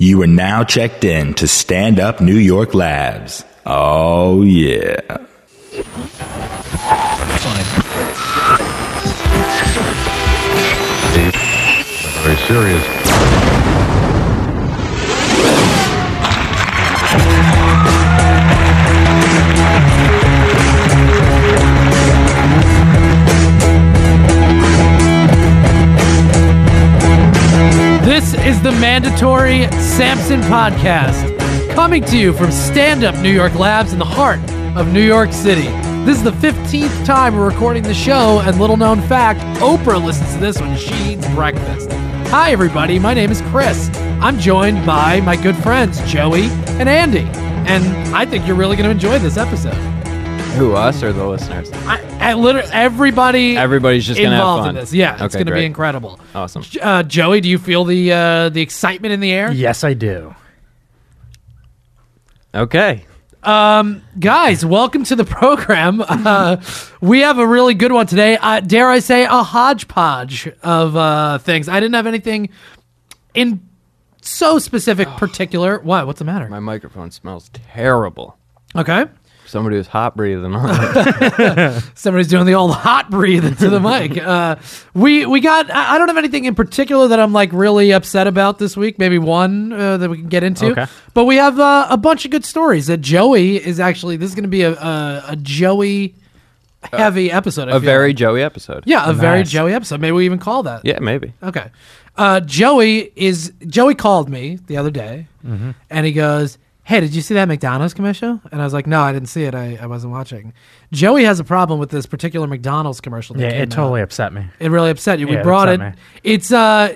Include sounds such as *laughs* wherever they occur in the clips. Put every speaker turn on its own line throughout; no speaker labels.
You are now checked in to Stand Up New York Labs. Oh, yeah.
Very serious.
This is the mandatory Samson podcast, coming to you from Stand Up New York Labs in the heart of New York City. This is the 15th time we're recording the show, and little known fact Oprah listens to this when she eats breakfast. Hi, everybody. My name is Chris. I'm joined by my good friends, Joey and Andy. And I think you're really going to enjoy this episode.
Who us or the listeners?
I, I literally, everybody
Everybody's just gonna have
involved
fun.
in this. Yeah, it's
Okay,
going to be
great.
incredible.
Awesome.
Uh, Joey, do you feel the uh, the excitement in the air?
Yes, I do.
Okay.
guys welcome to the program *laughs* uh, we have a really good one today uh, dare i say a hodgepodge of uh, things i didn't have anything in so specific particular what what's the matter
Oh. My microphone smells terrible.
okay
Somebody was hot breathing *laughs* on. it.
somebody's doing the old *laughs* hot breathing to the
*laughs*
mic uh, we we got I, I don't have anything in particular that i'm like really upset about this week maybe one uh, that we can get into
Okay.
but we have uh, a bunch of good stories that joey is actually this is going to be a, a, a joey heavy episode I
Uh, a
feel like.
very Joey episode.
Yeah, a very
Nice.
Joey episode. Maybe we even call that.
Yeah, maybe.
Okay. Uh, Joey is Joey called me the other day,
Mm-hmm.
and he goes, "Hey, did you see that McDonald's commercial?" And I was like, "No, I didn't see it. I, I wasn't watching." Joey has a problem with this particular McDonald's commercial. That
Yeah,
came
it totally
Out.
upset me.
It really upset you. We
Yeah, it
brought it.
upset me.
It's uh,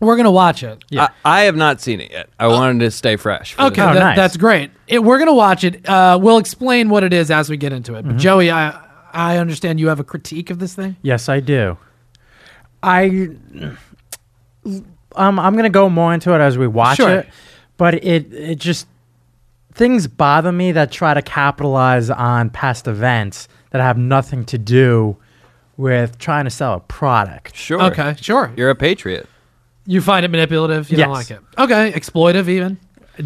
we're gonna watch it.
Yeah. Uh, I, I have not seen it yet. I wanted to stay fresh. for
Okay,
this.
Oh,
tha-
nice.
that's great. It, we're gonna watch it. Uh, we'll explain what it is as we get into it.
Mm-hmm.
But Joey, I I understand you have a critique of this thing.
Yes, I do. I um, I'm gonna go more into it as we watch
Sure.
it, but it it just things bother me that try to capitalize on past events that have nothing to do with trying to sell a product.
Sure.
Okay, sure.
You're a patriot.
You find it manipulative. You don't
Yes.
like it. Okay, exploitive even.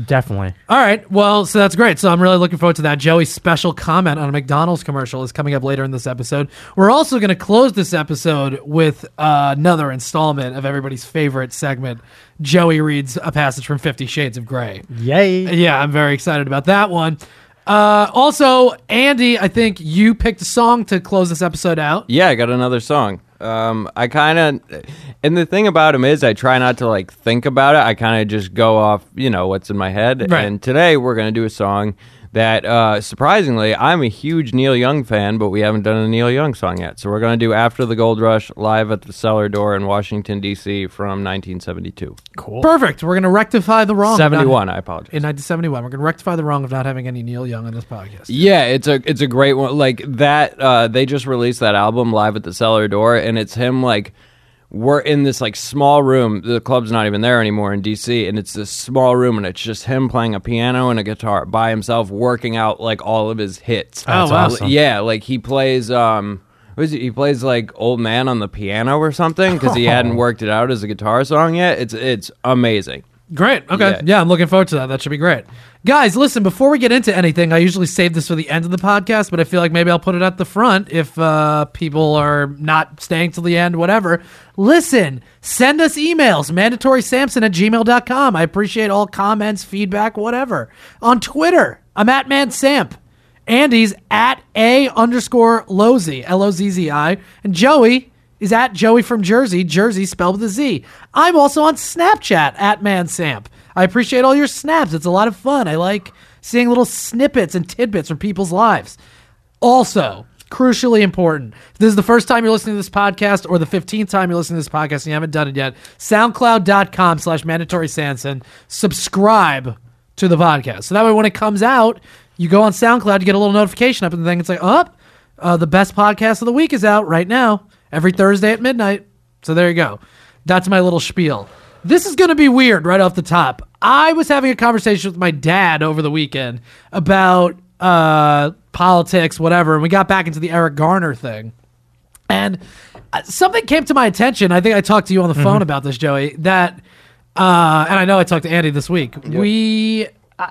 Definitely.
All right. Well, so that's great. So I'm really looking forward to that. Joey's special comment on a McDonald's commercial is coming up later in this episode. We're also going to close this episode with uh, another installment of everybody's favorite segment. Joey reads a passage from Fifty Shades of Grey.
Yay.
Yeah, I'm very excited about that one. Uh, also, Andy, I think you picked a song to close this episode out.
Yeah, I got another song. Um, I kind of, and the thing about him is, I try not to like think about it. I kind of just go off, you know, what's in my head.
Right.
And today we're gonna do a song that, uh, surprisingly, I'm a huge Neil Young fan, but we haven't done a Neil Young song yet. So we're gonna do "After the Gold Rush" live at the Cellar Door in Washington D.C. from 1972,
Cool.
Perfect. We're going to rectify the wrong. of not-
71. I apologize.
In 1971, we're going to rectify the wrong of not having any Neil Young on this podcast.
Yeah, it's a it's a great one. Like that, uh, they just released that album live at the Cellar Door, and it's him like we're in this like small room. The club's not even there anymore in DC, and it's this small room, and it's just him playing a piano and a guitar by himself, working out like all of his hits.
Oh,
That's
wow.
awesome.
Yeah, like he plays um what is it? he plays like old man on the piano or something because he hadn't worked it out as a guitar song yet. It's it's amazing.
Great. Okay. Yeah.
Yeah.
I'm looking forward to that. That should be great. Guys, listen, before we get into anything, I usually save this for the end of the podcast, but I feel like maybe I'll put it at the front if uh, people are not staying till the end, whatever. Listen, send us emails, mandatorysamson at gmail.com. I appreciate all comments, feedback, whatever. On Twitter, I'm at mansamp. Andy's at A underscore Lozy, L O Z Z I. And Joey is at Joey from Jersey, Jersey spelled with a Z. I'm also on Snapchat at Mansamp. I appreciate all your snaps. It's a lot of fun. I like seeing little snippets and tidbits from people's lives. Also, crucially important. If this is the first time you're listening to this podcast or the 15th time you're listening to this podcast and you haven't done it yet, soundcloud.com slash mandatory Sanson. Subscribe to the podcast. So that way when it comes out, you go on SoundCloud, you get a little notification up in the thing. It's like, oh, uh, the best podcast of the week is out right now every Thursday at midnight. So there you go. That's my little spiel. This is going to be weird right off the top. I was having a conversation with my dad over the weekend about uh, politics, whatever, and we got back into the Eric Garner thing. And uh, something came to my attention. I think I talked to you on the phone about this, Joey, that Uh, and I know I talked to Andy this week. We, I-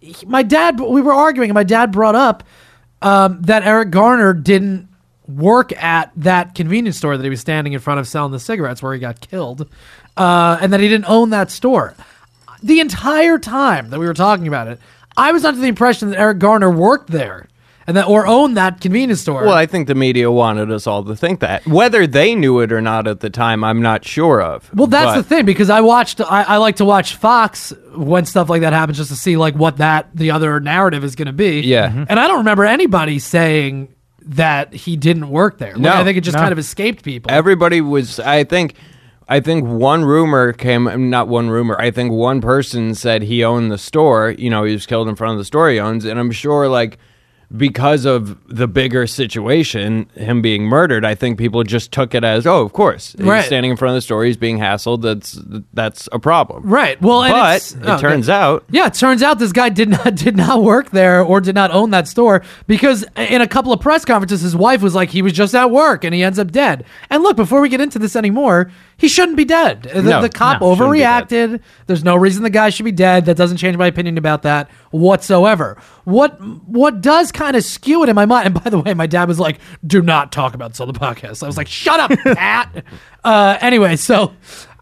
he- my dad, we were arguing, and my dad brought up um, that Eric Garner didn't work at that convenience store that he was standing in front of selling the cigarettes where he got killed, uh, and that he didn't own that store. The entire time that we were talking about it, I was under the impression that Eric Garner worked there and that or owned that convenience store.
Well, I think the media wanted us all to think that. Whether they knew it or not at the time, I'm not sure of.
Well, that's
But-
the thing because I watched. I, I like to watch Fox when stuff like that happens, just to see like what that the other narrative is going to be.
Yeah. Mhm.
and I don't remember anybody saying that he didn't work there. Like,
No,
I think it just
no.
kind of escaped people.
Everybody was. I think. I think one rumor came. Not one rumor. I think one person said he owned the store. You know, he was killed in front of the store he owns, and I'm sure like. Because of the bigger situation, him being murdered, I think people just took it as, "Oh, of course, he's
Right.
standing in front of the store, he's being hassled. That's that's a problem,
right. Well, and
But
it's-
it
oh, okay.
turns out
Yeah, it turns out this guy did not *laughs* did not work there or did not own that store because in a couple of press conferences, his wife was like, he was just at work and he ends up dead. And look, before we get into this anymore, he shouldn't be dead. The,
No,
the cop
no, shouldn't be
overreacted. There's no reason the guy should be dead. That doesn't change my opinion about that whatsoever. What what does kind of skew it in my mind? And by the way, my dad was like, "Do not talk about this on the podcast." I was like, "Shut
*laughs*
up, Pat." uh, anyway, so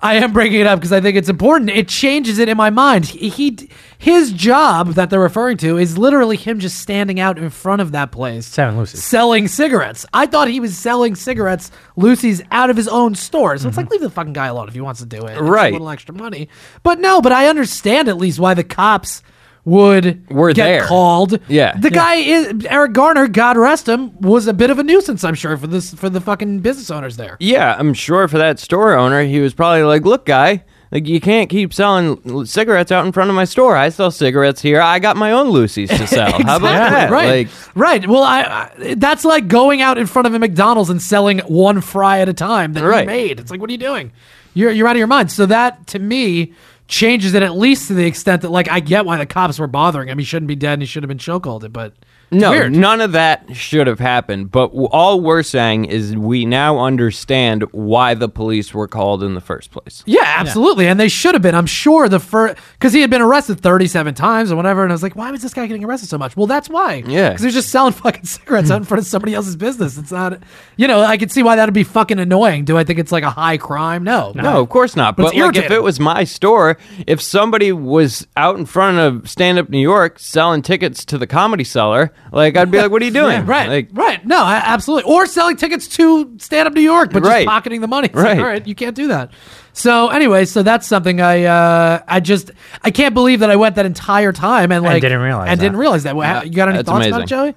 I am bringing it up because I think it's important. It changes it in my mind. He, he his job that they're referring to is literally him just standing out in front of that place
Seven Lucy's.
selling cigarettes. I thought he was selling cigarettes, Lucy's, out of his own store. So it's like, leave the fucking guy alone if he wants to do it. It's
Mm-hmm. Right.
A little extra money. But no, but I understand at least why the cops would
Were
get
there.
called.
Yeah.
The guy is Eric Garner, God rest him, was a bit of a nuisance, I'm sure, for this for the fucking business owners there.
Yeah, I'm sure for that store owner, he was probably like, "Look, guy, like you can't keep selling l- cigarettes out in front of my store. I sell cigarettes here. I got my own
*laughs*
Lucy's to sell. How
Exactly,
about that?
Right.
Like,
right. Well, I, I that's like going out in front of a McDonald's and selling one fry at a time that
Right.
you made. It's like, what are you doing? You're you're out of your mind. So that to me changes it at least to the extent that like I get why the cops were bothering him. He shouldn't be dead. and He should have been chokeholded. But it's
no,
weird.
none of that should have happened. But w- all we're saying is we now understand why the police were called in the first place.
Yeah, absolutely. And they should have been. I'm sure the first, because he had been arrested 37 times or whatever. And I was like, why was this guy getting arrested so much? Well, that's why.
Yeah.
Because he was just selling fucking *laughs* cigarettes out in front of somebody else's business. It's not, you know, I could see why that'd be fucking annoying. Do I think it's like a high crime? No.
No, of course not.
But
But,
it's
like, if
irritating.
it was my store, if somebody was out in front of Stand Up New York selling tickets to the Comedy Cellar, like I'd be like, "What
*laughs*
are you doing?
Right,
Like,
right. No, I- absolutely. Or selling tickets to Stand Up New York, but
Right.
just pocketing the money. It's like,
Right.
all right, you can't do that. So anyway, so that's something I uh, I just I can't believe that I went that entire time and like
didn't realize
and
that.
didn't realize that. Well, how- you got any
That's
thoughts about it, Joey?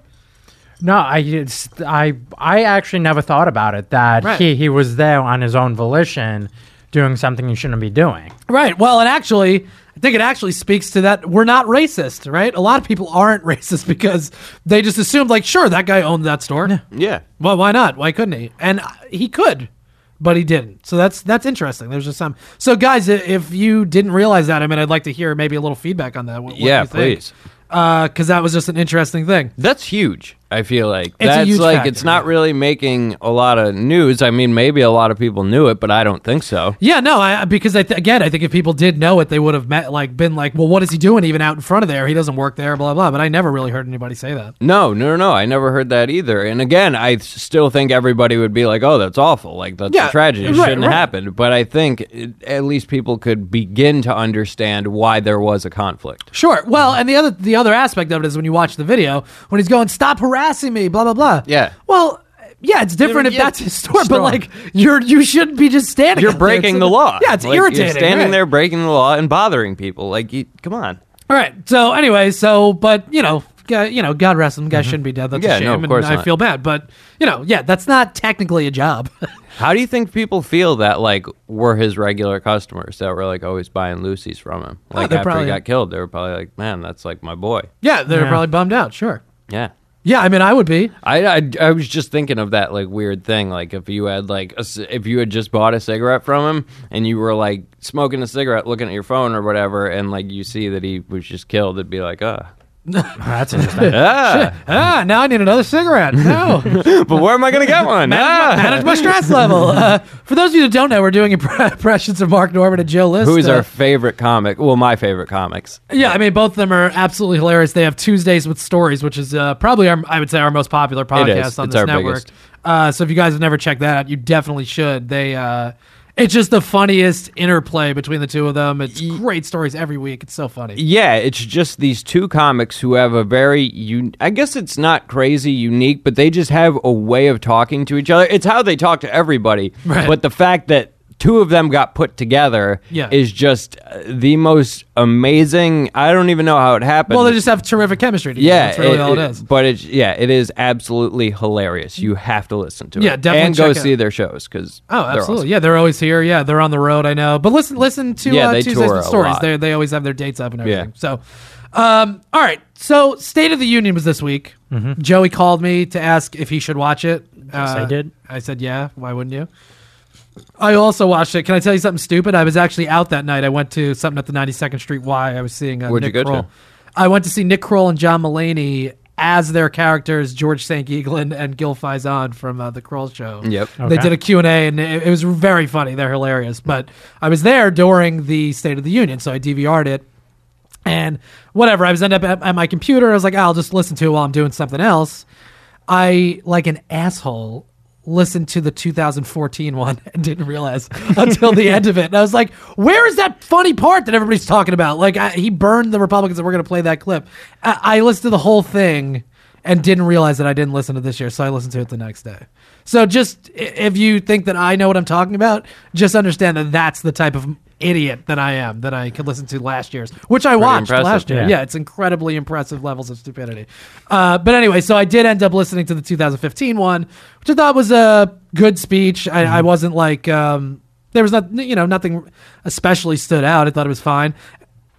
No, I, it's, I, I actually never thought about it that
Right.
he, he was there on his own volition doing something he shouldn't be doing.
Right. Well, and actually, I think it actually speaks to that we're not racist, right? A lot of people aren't *laughs* racist because they just assumed like, sure, that guy owned that store.
yeah."
Well, why not? Why couldn't he? And uh, he could, but he didn't. So that's that's interesting. There's just some. So guys, i- if you didn't realize that, I mean, I'd like to hear maybe a little feedback on that. What, what
Yeah,
you think.
please.
Because that was just an interesting thing.
That's huge. I feel like
a
that's
huge
like
factor,
it's not
yeah.
really making a lot of news. I mean, maybe a lot of people knew it, but I don't think so.
Yeah, no, I, because I th- again, I think if people did know it, they would have met like been like, well, what is he doing even out in front of there? He doesn't work there, blah blah. But I never really heard anybody say that.
No, no, no. I never heard that either. And again, I s- still think everybody would be like, "Oh, that's awful. Like that's
Yeah,
a tragedy. It
right,
shouldn't
right.
have happened." But I think it, at least people could begin to understand why there was
*laughs*
a conflict.
Sure. Well, and the other the other aspect of it is when you watch the video, when he's going, "Stop harassing me," blah blah blah.
Yeah.
Well, yeah, it's different if
yeah,
that's his store, but
store.
like you're you shouldn't be just standing.
You're
out there. It's
breaking
like-
the law.
Yeah, it's
Like,
irritating.
You're standing
right?
there breaking the law and bothering people. Like, you, come on.
All right. So anyway, so but you know, g- you know, God rest him. The guy shouldn't be dead. That's
Mm-hmm.
a
Yeah, no,
shame.
of course
and I
not.
feel bad, but you know, yeah, that's not technically a job. *laughs*
How do you think people feel that like were his regular customers that were like always buying Lucy's from him?
Oh,
Like
they're
after
probably-
he got killed, they were probably like, "Man, that's like my boy."
yeah, they're
Yeah.
probably bummed out. Sure.
Yeah.
Yeah, I mean, I would be.
I, I, I was just thinking of that like weird thing like if you had like a c if you had just bought a cigarette from him and you were like *laughs* smoking a cigarette looking at your phone or whatever and like you see that he was just killed it'd be like uh
That's interesting.
Ah,
Ah, now I need another cigarette.
*laughs*
No.
but where am I going to get one?
Manage my-
Ah.
manage my stress level. Uh, for those of you that don't know, we're doing impre- *laughs* impressions of Mark Norman and Joe List.
*laughs* Who is
Uh,
our favorite comic? Well, my favorite comics.
Yeah, I mean, both of them are absolutely hilarious. They have Tuesdays with Stories, which is uh, probably our, I would say, our most popular podcast
is.
on
It's
this
our
network.
biggest.
Uh, so if you guys have never checked that out, you definitely should. They, uh, it's just the funniest interplay between the two of them. It's great stories every week. It's so funny.
Yeah, it's just these two comics who have a very, un- I guess it's not crazy unique, but they just have a way of talking to each other. It's how they talk to everybody.
Right.
But the fact that two of them got put together
Yeah.
is just uh, the most amazing. I don't even know how it happened.
Well, they just have terrific chemistry. Together.
yeah,
that's really all it is.
But it's yeah, it is absolutely hilarious. You have to listen to it.
Yeah, definitely
and go
check it
see
out.
their shows because
Oh, absolutely. Yeah, they're always here. Yeah, they're on the road. I know. But listen, listen to
Yeah,
uh,
they
Tuesdays
tour
with
a
Stories.
lot.
They they always have their dates up and everything.
Yeah.
So, um, all right. So, State of the Union was this week. Joey called me to ask if he should watch it. Yes,
Mm-hmm. I did.
I said, "Yeah, why wouldn't you?" I also watched it. Can I tell you something stupid? I was actually out that night. I went to something at the 92nd Street Y. I was seeing uh,
Where'd you
Nick
go to?
Kroll. I went to see Nick Kroll and John Mulaney as their characters, George St. Eaglin and Gil Faison from uh, The Kroll Show.
Yep.
They
Okay.
did a Q&A and it, it was very funny. They're hilarious. But I was there during the State of the Union, so I DVR'd it. And whatever, I was end up at, at my computer. I was like, "Ah, I'll just listen to it while I'm doing something else. I, like an asshole, listened to the 2014 *laughs* one and didn't realize until the end of it. And I was like, where is that funny part that everybody's talking about? Like, I, he burned the Republicans and we're going to play that clip. I, I listened to the whole thing and didn't realize that I didn't listen to this year. So I listened to it the next day. So just i- if you think that I know what I'm talking about, just understand that that's the type of idiot that I am that I could listen to last year's, which I watched
impressive.
last year. Yeah.
Yeah.
it's incredibly impressive levels of stupidity. Uh, but anyway, so I did end up listening to the 2015 one, which I thought was a good speech. I, I wasn't like um, there was not you know nothing especially stood out. I thought it was fine.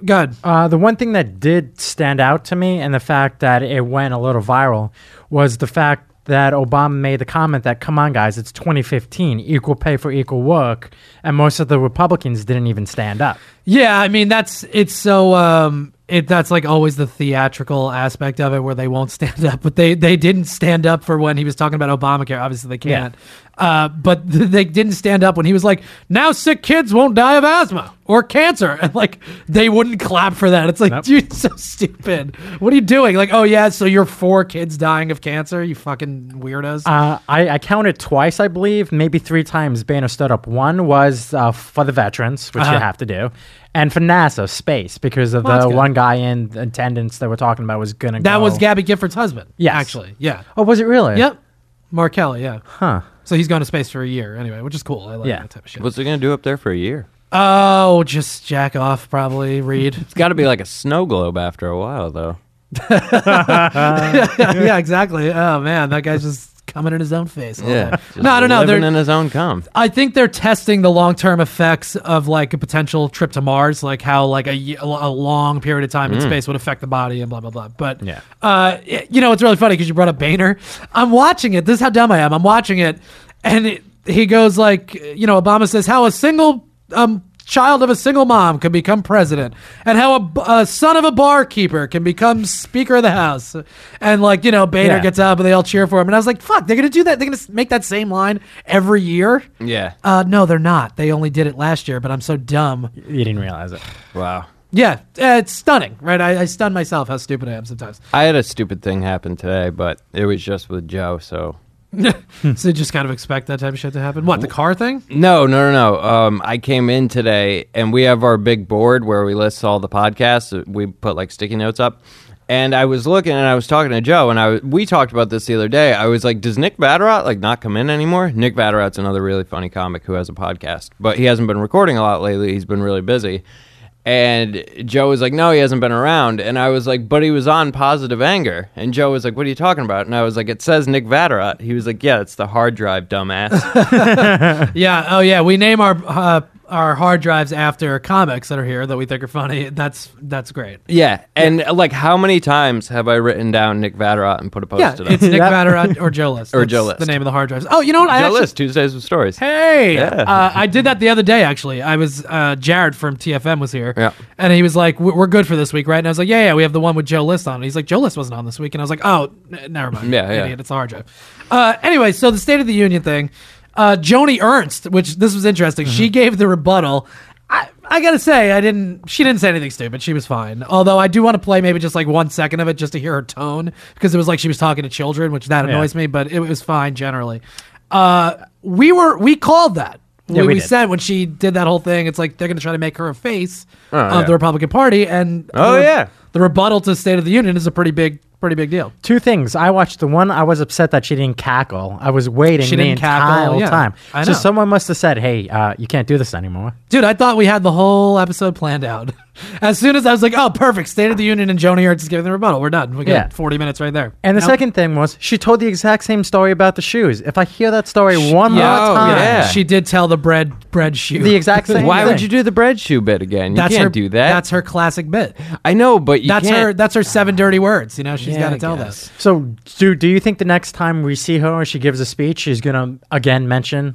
Good.
Uh, the one thing that did stand out to me and the fact that it went a little viral was the fact that Obama made the comment that, come on, guys, it's 2015, equal pay for equal work. And most of the Republicans didn't even stand up.
Yeah, I mean that's it's so um it that's like always the theatrical aspect of it where they won't *laughs* stand up, but they they didn't stand up for when he was talking about Obamacare. Obviously they
Yeah.
can't. Uh, but th- they didn't stand up when he was like, "Now sick kids won't die of asthma or cancer," *laughs* and like they wouldn't clap for that. It's like, dude, it's so stupid. What are you doing? Like, oh yeah, so you're four kids dying of cancer, you fucking weirdos.
Uh, I, I counted twice, I believe, maybe three times Boehner stood up. One was uh, for the veterans, which
Uh-huh.
you have to do, and for NASA, space, because of
Well, that's
the
good.
one guy in attendance that we're talking about was going to
that
go.
was Gabby Gifford's husband.
Yes.
actually, yeah.
Oh, was it really?
Yep. Mark Kelly, yeah.
Huh.
So he's gone to space for a year anyway, which is cool. I like
Yeah.
that type of shit.
What's it going to do up there for a year?
oh, just jack off, probably, Reed.
*laughs*
*laughs*
It's got to be like a snow globe after a while, though.
yeah, exactly. Oh, man. That guy's just coming in his own face. all day.
Just
No, I don't know.
Living
They're,
in his own cum.
I think they're testing the long term effects of like a potential trip to Mars, like how like a, ye- a long period of time in space would affect the body and blah blah blah. But
Mm. Yeah.
uh, y- you know, it's really funny because you brought up Boehner. I'm watching it. This is how dumb I am. I'm watching it, and it, he goes like, you know, Obama says how a single um child of a single mom can become president and how a, b- a son of a barkeeper can become speaker of the house and like you know boehner
Yeah.
gets up and they all cheer for him and i was like fuck they're gonna do that they're gonna s- make that same line every year
Yeah.
uh, no, they're not. They only did it last year, but I'm so dumb.
You didn't realize it.
Wow.
Yeah, uh, it's stunning, right? I, I stun myself how stupid I am sometimes.
I had a stupid thing happen today, but it was just with Joe. So Hmm.
so you just kind of expect that type of shit to happen. What, the car
*laughs*
thing?
no, no, no, no. Um, I came in today, and we have our big board where we list all the podcasts. We put like sticky notes up, and I was looking, and I was talking to Joe, and I w- we talked about this the other day. I was like, "Does Nick Vatterott like not come in anymore?" Nick Vatterott's another really funny comic who has a podcast, but he hasn't been recording a lot lately. He's been really busy. And Joe was like, No, he hasn't been around. And I was like, But he was on positive anger. And Joe was like, What are you talking about? And I was like, It says Nick Vatterott. He was like, Yeah, it's the hard drive, dumbass.
Yeah, oh yeah, we name our uh, our hard drives after comics that are here that we think are funny. That's that's great.
Yeah, and uh, like, how many times have I written down Nick Vatterott and put a
Yeah,
post-it
it's
up?
Nick
Yeah.
Vatterott or Joe List.
*laughs* Or
That's
Joe List.
The name of the hard drives. Oh, you know what? I
Joe
actually,
List Tuesdays with Stories.
Hey,
Yeah.
uh, I did that the other day. Actually, I was uh, Jared from TFM was here,
Yeah.
and he was like, "We're we're good for this week, right?" And I was like, "Yeah, yeah, we have the one with Joe List on." And he's like, "Joe List wasn't on this week," and I was like, "Oh, n- never mind,
Yeah, yeah.
idiot, it's a hard drive." Uh, anyway, so the State of the Union thing, uh, Joni Ernst, which this was interesting. She gave the rebuttal. I, I gotta say, I didn't. She didn't say anything stupid. She was fine. Although I do want to play maybe just like one second of it just to hear her tone because it was like she was talking to children, which that annoys me. But it was fine generally. Uh, we were we called that. we,
Yeah, we
we
did.
said when she did that whole thing, it's like they're going to try to make her a face of
yeah.
the Republican Party, and
Oh,
the,
yeah.
the rebuttal to State of the Union is a pretty big, pretty big deal.
Two things. I watched the one. I was upset that she didn't cackle. I was waiting
She
the
didn't
entire
cackle, yeah.
time.
I
so
know.
someone must have said, "Hey, uh, you can't do this anymore."
Dude, I thought we had the whole episode planned out. *laughs* As soon as I was like, "Oh, perfect! State of the Union and Joni Ernst is giving the rebuttal. We're done. We got
Yeah.
forty minutes right there."
And the
Nope.
second thing was she told the exact same story about the shoes. If I hear that story one more
yeah. Oh,
time,
yeah.
she did tell the bread bread shoe.
the exact same.
Why would
thing.
you do the bread shoe bit again? You
that's
can't
her,
do that.
That's her classic bit.
I know, but you
That's
can't.
her. That's her seven dirty words. You know, she's
Yeah,
got
I
to tell
guess.
this.
So, do do you think the next time we see her or she gives a speech, she's gonna again mention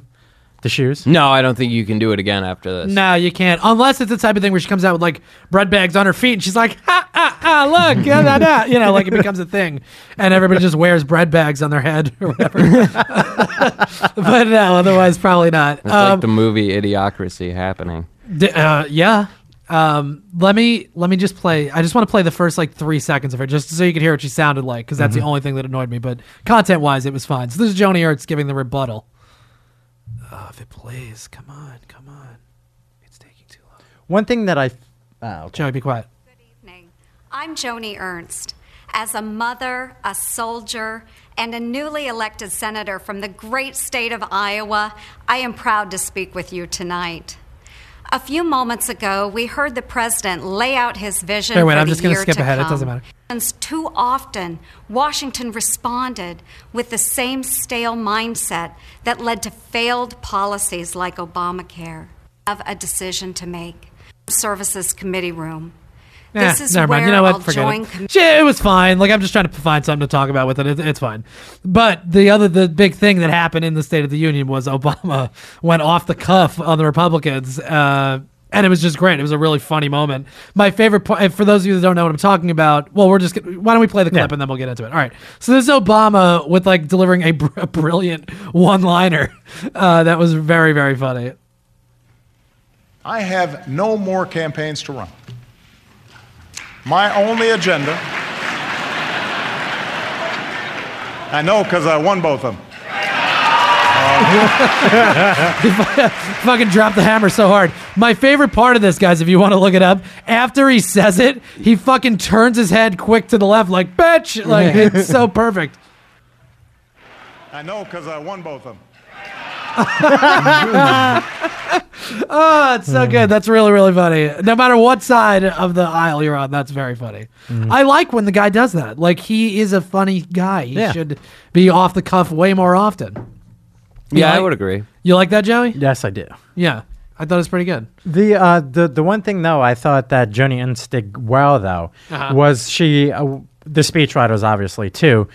the shoes?
No, I don't think you can do it again after this.
No, you can't. Unless it's the type of thing where she comes out with like bread bags on her feet and she's like, ha, ah, ah, look, ah, da, da. you know, like it becomes a thing. And everybody just wears bread bags on their head or whatever. *laughs* but no, otherwise, probably not. Um,
It's like the movie Idiocracy happening.
D- uh, yeah. Um, let me let me just play. I just want to play the first like three seconds of her, just so you can hear what she sounded like, because that's the only thing that annoyed me. But content wise, it was fine. So this is Joni Ertz giving the rebuttal. Oh, if it plays, come on, come on. It's taking too long.
One thing that I, oh, okay.
Joey, be quiet.
Good evening. I'm Joni Ernst. As a mother, a soldier, and a newly elected senator from the great state of Iowa, I am proud to speak with you tonight. A few moments ago, we heard the president lay out his vision.
Here, wait,
for
I'm
the
just gonna
year
skip
to
ahead. It
come.
doesn't matter.
Too often, Washington responded with the same stale mindset that led to failed policies like Obamacare. Have a decision to make. Services Committee room. this
Eh,
is
never
where
mind. You know what?
I'll
Forget
join.
it. Shit, it was fine. Like I'm just trying to find something to talk about with it. it. It's fine. But the other, the big thing that happened in the State of the Union was Obama *laughs* went off the cuff on the Republicans, uh, and it was just great. It was a really funny moment. My favorite part, for those of you that don't know what I'm talking about, well, we're just gonna, why don't we play the clip and then we'll get into it. All right. So this is Obama with like delivering a, br- *laughs* a brilliant one-liner uh, that was very very funny.
I have no more campaigns to run. My only agenda. I know because I won both of them.
fucking dropped the hammer so hard. My favorite part of this, guys, if you want to look it up, after he says it, he fucking turns his head quick to the left, like bitch. Like it's so
*laughs*
perfect.
I know because I won both of them.
Oh, it's so good. That's really really funny. No matter what side of the aisle you're on, that's very funny.
Mm-hmm.
I like when the guy does that. Like he is a funny guy. He
Yeah.
should be off the cuff way more often. You
Yeah, I
like-
would agree.
You like that, Joey?
yes, I do.
Yeah, I thought it was pretty good.
The uh, the the one thing though I thought that Joni Ernst did well though
Uh-huh.
was she uh, the speechwriters obviously too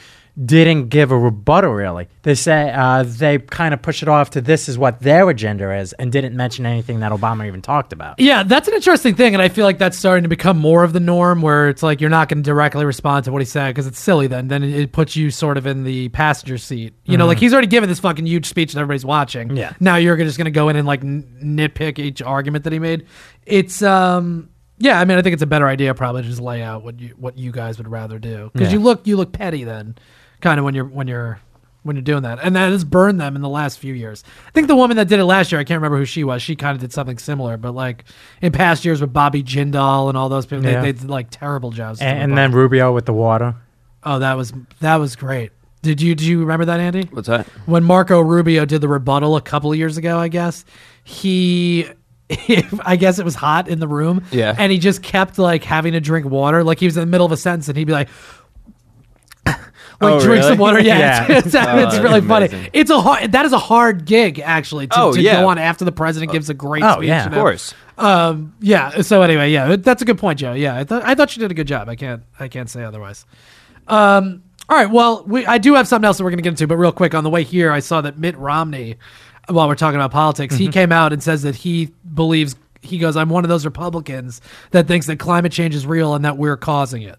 didn't give a rebuttal really. They say uh, they kind of push it off to this is what their agenda is and didn't mention anything that Obama even talked about.
Yeah, that's an interesting thing, and I feel like that's starting to become more of the norm, where it's like you're not going to directly respond to what he's saying because it's silly. Then, then it puts you sort of in the passenger seat. You know, like he's already given this fucking huge speech and everybody's watching.
Yeah.
Now you're just going to go in and like n- nitpick each argument that he made. It's um, yeah. I mean, I think it's a better idea probably to just lay out what you what you guys would rather do because you look you look petty then, kind of when you're when you're when you're doing that. And that has burned them in the last few years. I think the woman that did it last year, I can't remember who she was. She kind of did something similar, but like in past years with Bobby Jindal and all those people,
Yeah.
they, they did like terrible jobs. to
And,
the
and
bar.
then Rubio with the water.
oh, that was that was great. Did you do you remember that, Andy?
What's that?
when Marco Rubio did the rebuttal a couple of years ago, I guess he. *laughs* I guess it was hot in the room.
Yeah.
And he
*laughs*
just kept like having to drink water. Like he was in the middle of a sentence and he'd be like, like
Oh,
drink
really?
some water. Yeah,
*laughs*
Yeah.
*laughs* it's, it's, it's
that's
really funny.
amazing.
It's a hard, that is a hard gig actually to,
Oh,
to
yeah.
go on after the president gives a great
Oh,
speech.
yeah.
you
Of
know?
course.
Um, yeah. So anyway, yeah, that's a good point, Joe. Yeah, I thought I thought you did a good job. I can't I can't say otherwise. Um, all right. Well, we I do have something else that we're going to get into, but real quick on the way here, I saw that Mitt Romney, while we're talking about politics, he came out and says that he believes he goes, "I'm one of those Republicans that thinks that climate change is real and that we're causing it."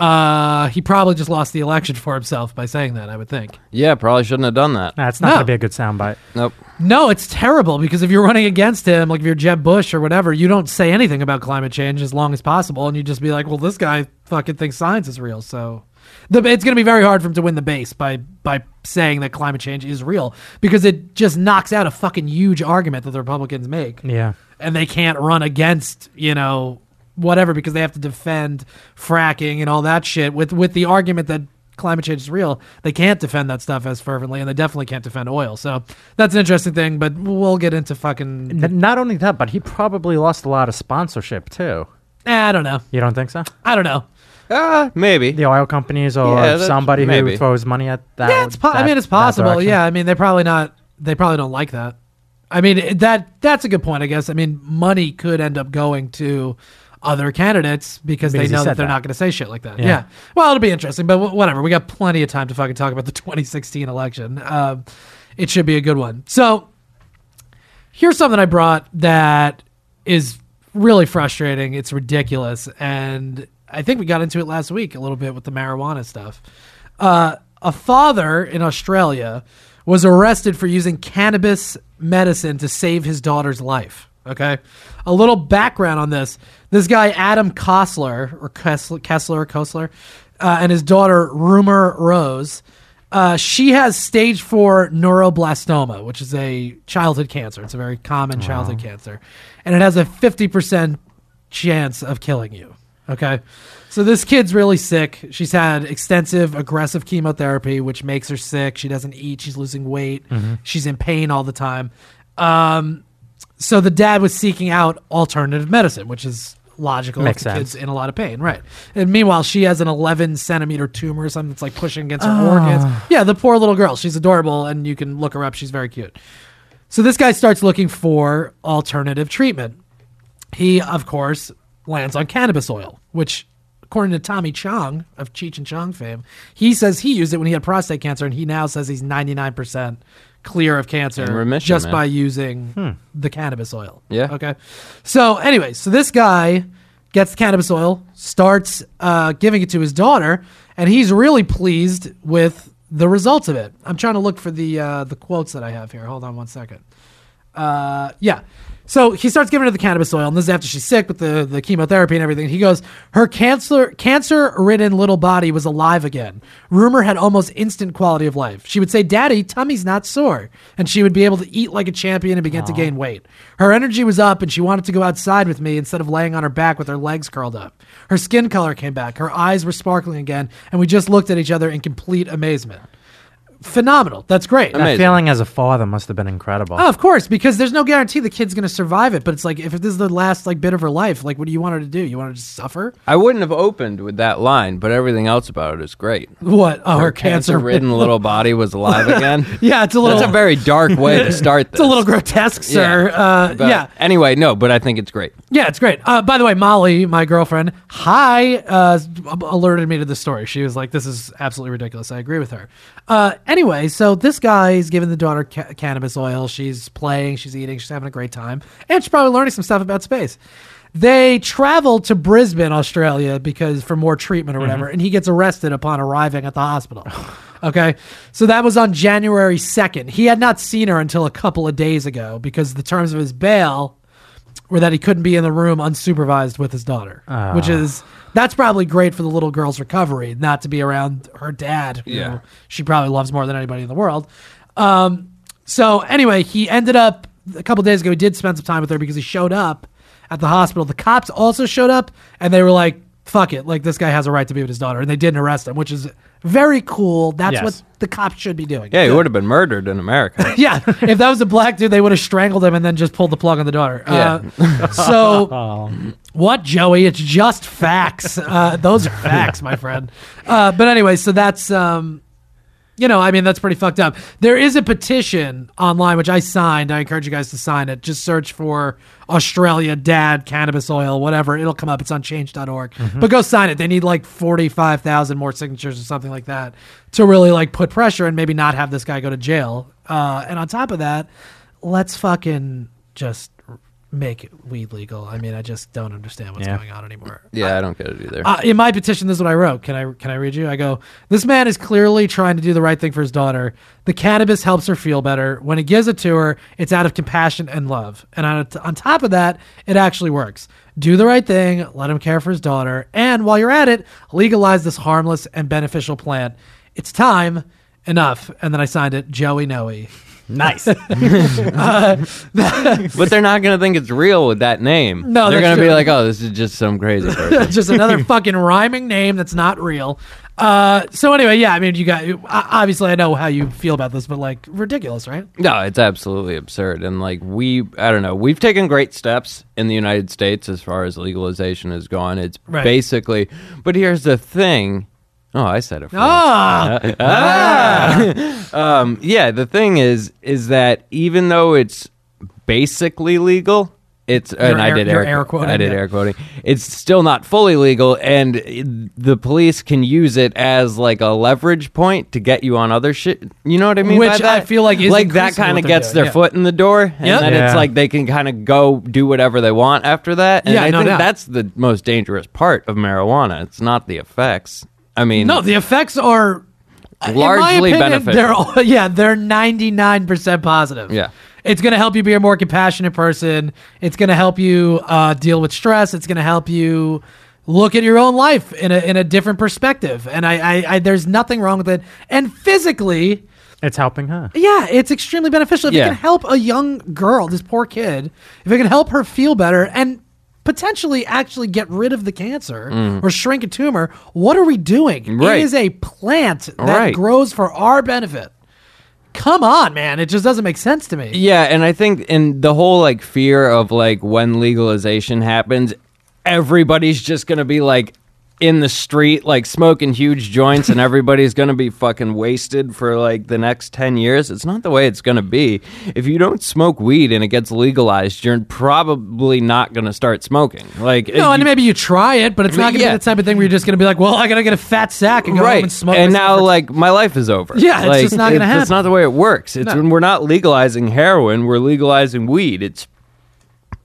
Uh, he probably just lost the election *laughs* for himself by saying that. I would think.
Yeah, probably shouldn't have done that.
That's not
No.
gonna be a good soundbite.
Nope.
No, it's terrible because if you're running against him, like if you're Jeb Bush or whatever, you don't say anything about climate change as long as possible, and you just be like, "Well, this guy fucking thinks science is real." So, the, it's going to be very hard for him to win the base by by saying that climate change is real because it just knocks out a fucking huge argument that the Republicans make,
Yeah.
and they can't run against you know whatever because they have to defend fracking and all that shit with with the argument that climate change is real they can't defend that stuff as fervently and they definitely can't defend oil so that's an interesting thing but we'll get into fucking
N- not only that, but he probably lost a lot of sponsorship too.
Eh, i don't know
You don't think so?
i don't know
Ah, maybe.
The oil companies or
Yeah, that's-
somebody
maybe.
who throws money at that.
yeah it's po- i
that-
mean it's
that
possible
direction.
yeah i mean they're probably not they probably don't like that i mean it- that that's a good point i guess i mean money could end up going to other candidates because,
Because
they
he
know that
said
they're
that.
not going to say shit like that yeah.
Yeah.
well it'll be interesting but w- whatever we got plenty of time to fucking talk about the *laughs* 2016 election um, it should be a good one so here's something I brought that is really frustrating. It's ridiculous, and I think we got into it last week a little bit with the marijuana stuff. Uh, a father in Australia was arrested for using cannabis medicine to save his daughter's life. Okay, a little background on this: this guy Adam Kostler or Kessler, Kessler, Kostler, uh, and his daughter Rumor Rose. Uh, she has stage four neuroblastoma, which is a childhood cancer. It's a very common childhood cancer, and it has a fifty percent chance of killing you. Okay, so this kid's really sick. She's had extensive aggressive chemotherapy, which makes her sick. She doesn't eat. She's losing weight. She's in pain all the time. Um, so the dad was seeking out alternative medicine, which is logical.
Makes
if the
sense.
Kid's in a lot of pain, right? And meanwhile, she has an 11 centimeter tumor, or something that's like pushing against her
Ah.
organs. Yeah, the poor little girl. She's adorable, and you can look her up. She's very cute. So this guy starts looking for alternative treatment. He, of course, lands on cannabis oil, which, according to Tommy Chong of Cheech and Chong fame, he says he used it when he had prostate cancer, and he now says he's 99% clear of cancer
In remission,
just
man.
by using the cannabis oil.
Yeah.
Okay. So, anyway, so this guy gets the cannabis oil, starts uh, giving it to his daughter, and he's really pleased with the results of it. I'm trying to look for the uh, the quotes that I have here. Hold on one second. Uh, yeah. So he starts giving her the cannabis oil, and this is after she's sick with the, the chemotherapy and everything. He goes, Her cancer cancer ridden little body was alive again. Rumor had almost instant quality of life. She would say, Daddy, tummy's not sore. And she would be able to eat like a champion and begin to gain weight. Her energy was up, and she wanted to go outside with me instead of laying on her back with her legs curled up. Her skin color came back. Her eyes were sparkling again, and we just looked at each other in complete amazement. Phenomenal. That's great.
That
Amazing.
feeling as a father must have been incredible.
Oh, of course, because there's no guarantee the kid's gonna survive it. But it's like if this is the last like bit of her life, like what do you want her to do? You want her to suffer?
I wouldn't have opened with that line, but everything else about it is great.
What? Oh, her, cancer
ridden little body was alive again.
*laughs* Yeah, it's a little.
That's a very dark way to start
*laughs*
this.
It's a
*laughs*
little grotesque, sir. Uh,
but
yeah,
Anyway, no, but I think it's great.
yeah, it's great. Uh, by the way, Molly, my girlfriend, hi, uh, alerted me to this story. She was like, "This is absolutely ridiculous." I agree with her. Uh, anyway, so this guy's giving the daughter ca- cannabis oil. She's playing, she's eating, she's having a great time, and she's probably learning some stuff about space. They travel to Brisbane, Australia, because for more treatment or whatever, and he gets arrested upon arriving at the hospital. *sighs* okay, so that was on January second. He had not seen her until a couple of days ago because the terms of his bail were that he couldn't be in the room unsupervised with his daughter,
Ah.
which is that's probably great for the little girl's recovery, not to be around her dad, who
Yeah.
she probably loves more than anybody in the world. Um, so anyway, he ended up a couple days ago. He did spend some time with her because he showed up at the hospital. The cops also showed up, and they were like, "Fuck it, like this guy has a right to be with his daughter," and they didn't arrest him, which is very cool. That's
Yes.
what the cops should be doing.
Yeah, he would have been murdered in America.
*laughs* Yeah, if that was a black dude, they would have strangled him and then just pulled the plug on the daughter. Uh, so What, Joey? It's just facts. Uh, those are facts, my friend. Uh, but anyway, so that's um, you know, I mean, that's pretty fucked up. There is a petition online which I signed. I encourage you guys to sign it. Just search for Australia Dad Cannabis Oil, whatever. It'll come up. It's on change.org. But go sign it. They need like 45,000 more signatures or something like that to really like put pressure and maybe not have this guy go to jail. Uh, and on top of that, let's fucking just make weed legal. I mean, I just don't understand what's
Yeah.
going on anymore.
*laughs* Yeah, I don't get it either.
Uh, in my petition, this is what I wrote. Can I can I read you? I go. This man is clearly trying to do the right thing for his daughter. The cannabis helps her feel better. When it gives it to her, it's out of compassion and love. And on, on top of that, it actually works. Do the right thing. Let him care for his daughter. And while you're at it, legalize this harmless and beneficial plant. It's time. Enough. And then I signed it, Joey Noe.
Nice.
*laughs*
but they're not gonna think it's real with that name.
No,
they're
that's
gonna be
true.
like, oh, this is just some crazy
*laughs*
person.
just
*laughs*
another fucking rhyming name that's not real. Uh, so anyway, yeah, I mean, you got o- obviously I know how you feel about this, but like ridiculous, right?
no, it's absolutely absurd. And like we, I don't know, we've taken great steps in the United States as far as legalization has gone. It's
Right.
basically, but here's the thing. Oh, I said it. first.
Ah,
Um, yeah, the thing is, is that even though it's basically legal, it's and I
air-
did
you're
air,
air quoting
I did
it.
air quoting. It's still not fully legal, and it- the police can use it as like a leverage point to get you on other shit. You know what I mean? by
Which I
that?
feel like is
like that
increasingly
kind
what
of
they're
gets
doing,
their
yeah.
foot in the door, and
Yep.
then it's
Yeah.
like they can kind of go do whatever they want after that. And
Yeah,
I
no
think
doubt.
that's the most dangerous part of marijuana. It's not the effects. I mean,
no, the effects are in my
Largely
opinion,
beneficial.
They're all, *laughs* yeah, they're ninety nine percent positive.
Yeah.
It's going to help you be a more compassionate person. It's going to help you uh, deal with stress. It's going to help you look at your own life in a, in a different perspective. And I, I, I, there's nothing wrong with it. And physically,
it's helping her.
Yeah, it's extremely beneficial. If
Yeah.
it can help a young girl, this poor kid, if it can help her feel better and potentially actually get rid of the cancer or shrink a tumor, what are we doing?
Mm. Right.
It is a plant that
Right.
grows for our benefit. Come on, man. It just doesn't make sense to me.
Yeah, and I think in the whole like fear of like when legalization happens, everybody's just gonna be like in the street, like smoking huge joints, and everybody's gonna be fucking wasted for like the next ten years. It's not the way it's gonna be. If you don't smoke weed and it gets legalized, you're probably not gonna start smoking. Like
No,
you-
and maybe you try it, but it's not going to
Yeah.
be the type of thing where you're just going to be like, well, I got to get a fat sack and go home and smoke. myself
now
for-
like my life is over.
Yeah, it's
Like,
just not gonna
it's- It's
happen.
not the way it works. It's
No.
when we're not legalizing heroin, we're legalizing weed. It's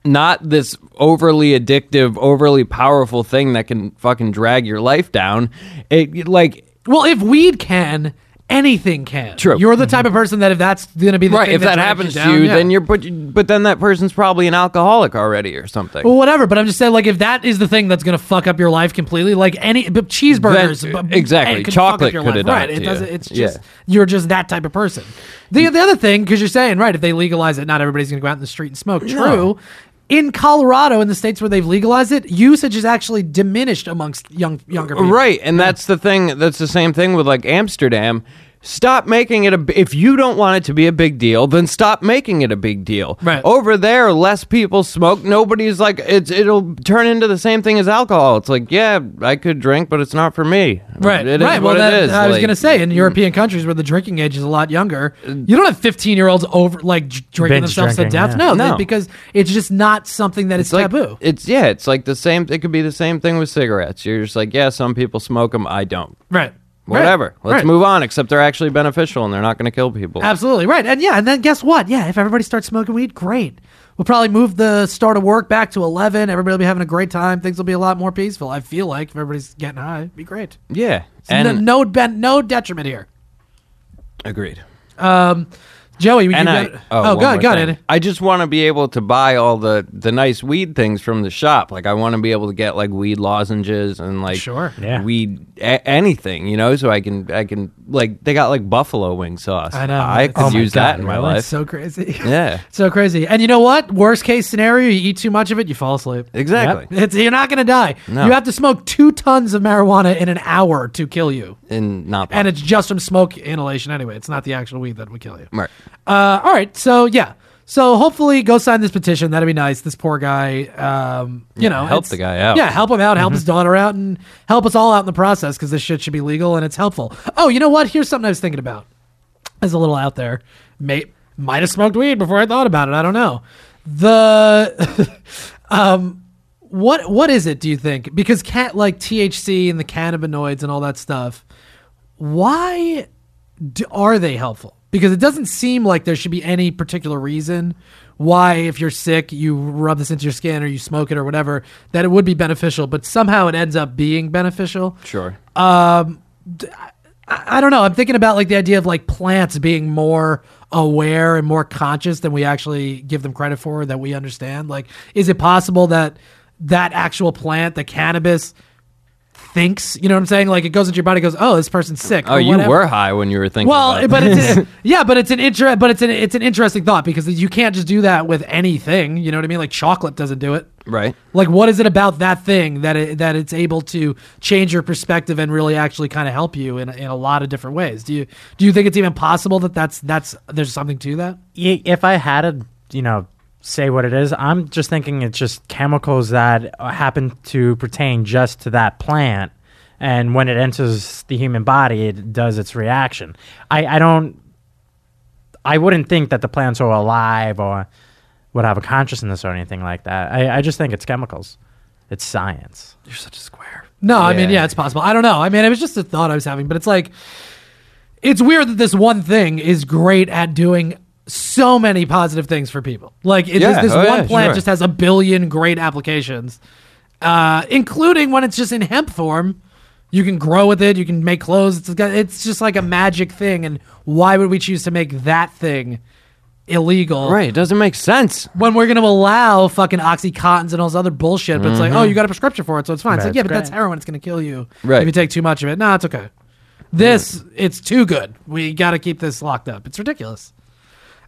not this overly addictive, overly powerful thing that can fucking drag your life down. It like
well, if weed can, anything can.
True. Mm-hmm.
You're the type of person that if that's going to be the
right.
thing
If that
drags
happens to
down,
you,
yeah.
then you're but but then that person's probably an alcoholic already or something.
Well, whatever. But I'm just saying, like, if that is the thing that's going to fuck up your life completely, like any but cheeseburgers,
Then-
but-
uh, exactly.
and could fuck up
Chocolate
your
could
life.
have done
right?
it
It
to you.
doesn't. It's
Yeah.
just you're just that type of person. The the other thing, because you're saying right, if they legalize it, not everybody's going to go out in the street and smoke. True. In Colorado, in the states where they've legalized it, usage is actually diminished amongst young younger people.
Right, and that's the thing. That's the same thing with like Amsterdam. Stop making it a. b- If you don't want it to be a big deal, then stop making it a big deal.
Right.
over there, less people smoke. Nobody's like it's. It'll turn into the same thing as alcohol. It's like yeah, I could drink, but it's not for me.
Right,
It is
right.
what
well,
it
that-
is.
I was
Like, mm.
gonna say in European countries where the drinking age is a lot younger, you don't have fifteen-year-olds over like dr- drinking
Binge
themselves
drinking,
to death.
yeah.
No,
No.
because it's just not something that is
It's like,
taboo.
It's yeah. It's like the same. It could be the same thing with cigarettes. You're just like yeah. Some people smoke them. I don't.
right.
Whatever.
Right.
Let's
Right.
move on. Except they're actually beneficial and they're not going to kill people.
Absolutely right, and yeah, and then guess what? Yeah, if everybody starts smoking weed, great. We'll probably move the start of work back to eleven. Everybody'll be having a great time. Things will be a lot more peaceful. I feel like if everybody's getting high, it'd be great.
Yeah.
And no, no, ben, no detriment here.
agreed.
Joey, we
and I,
got, oh,
one
god,
more
god,
thing.
Andy.
I just want to be able to buy all the the nice weed things from the shop. Like I want to be able to get like weed lozenges and like
Sure.
Yeah.
weed a- anything, you know. So I can I can like they got like buffalo wing sauce.
I know.
I
Oh
could
my
use that
God,
in my
really?
life.
So crazy.
*laughs* yeah,
So crazy. And you know what? Worst case scenario, you eat too much of it, you fall asleep.
exactly.
It's, you're not going to die.
No.
You have to smoke two tons of marijuana in an hour to kill you.
And not
And it's just from smoke inhalation anyway. It's not the actual weed that would kill you.
right.
Uh, all right. So, yeah. So hopefully, go sign this petition. That'd be nice. This poor guy, um, you know,
help
it's-
the guy out. Mm-hmm.
Yeah, help him out. Help his daughter out, and help us all out in the process because this shit should be legal and it's helpful. Oh, you know what? Here's something I was thinking about. As a little out there, may might have smoked weed before I thought about it. I don't know. The *laughs* um, what what is it? Do you think because cat like THC and the cannabinoids and all that stuff? Why do, are they helpful? Because it doesn't seem like there should be any particular reason why, if you're sick, you rub this into your skin or you smoke it or whatever, that it would be beneficial, but somehow it ends up being beneficial.
Sure.
Uh, I, I don't know. I'm thinking about like the idea of like plants being more aware and more conscious than we actually give them credit for, that we understand. Like, is it possible that that actual plant, the cannabis, thinks, you know what I'm saying? Like, it goes into your body, goes, oh, this person's sick.
oh,
or
you
whatever.
were *laughs* high when you were thinking.
Well,
about
but
it.
it's *laughs* yeah, but it's an inter- but it's an it's an interesting thought because you can't just do that with anything. You know what I mean? Like chocolate doesn't do it.
*laughs* right.
Like, what is it about that thing that it, that it's able to change your perspective and really actually kind of help you in, in a lot of different ways? Do you do you think it's even possible that that's that's there's something to that?
Y- if I had to, you know, say what it is, I'm just thinking it's just chemicals that uh, happen to pertain just to that plant, and when it enters the human body, it does its reaction. I, I don't. I wouldn't think that the plants are alive or would have a consciousness or anything like that. I, I just think it's chemicals. It's science.
You're such a square.
No, I mean,
Yeah.
yeah, it's possible. I don't know. I mean, it was just a thought I was having, but it's like, it's weird that this one thing is great at doing so many positive things for people. Like, it,
Yeah.
this, this
Oh,
one
yeah,
plant
sure.
just has a billion great applications, uh, including when it's just in hemp form. You can grow with it. You can make clothes. It's, got- it's just like a magic thing. And why would we choose to make that thing illegal?
Right. It doesn't make sense.
when we're going to allow fucking oxycontins and all this other bullshit. But it's like, oh, you got a prescription for it, so it's fine. It's like,
That's
yeah, but that's
great.
heroin. It's going to kill you
Right.
if you take too much of it. No, it's okay. This, it's too good. We got to keep this locked up. It's ridiculous.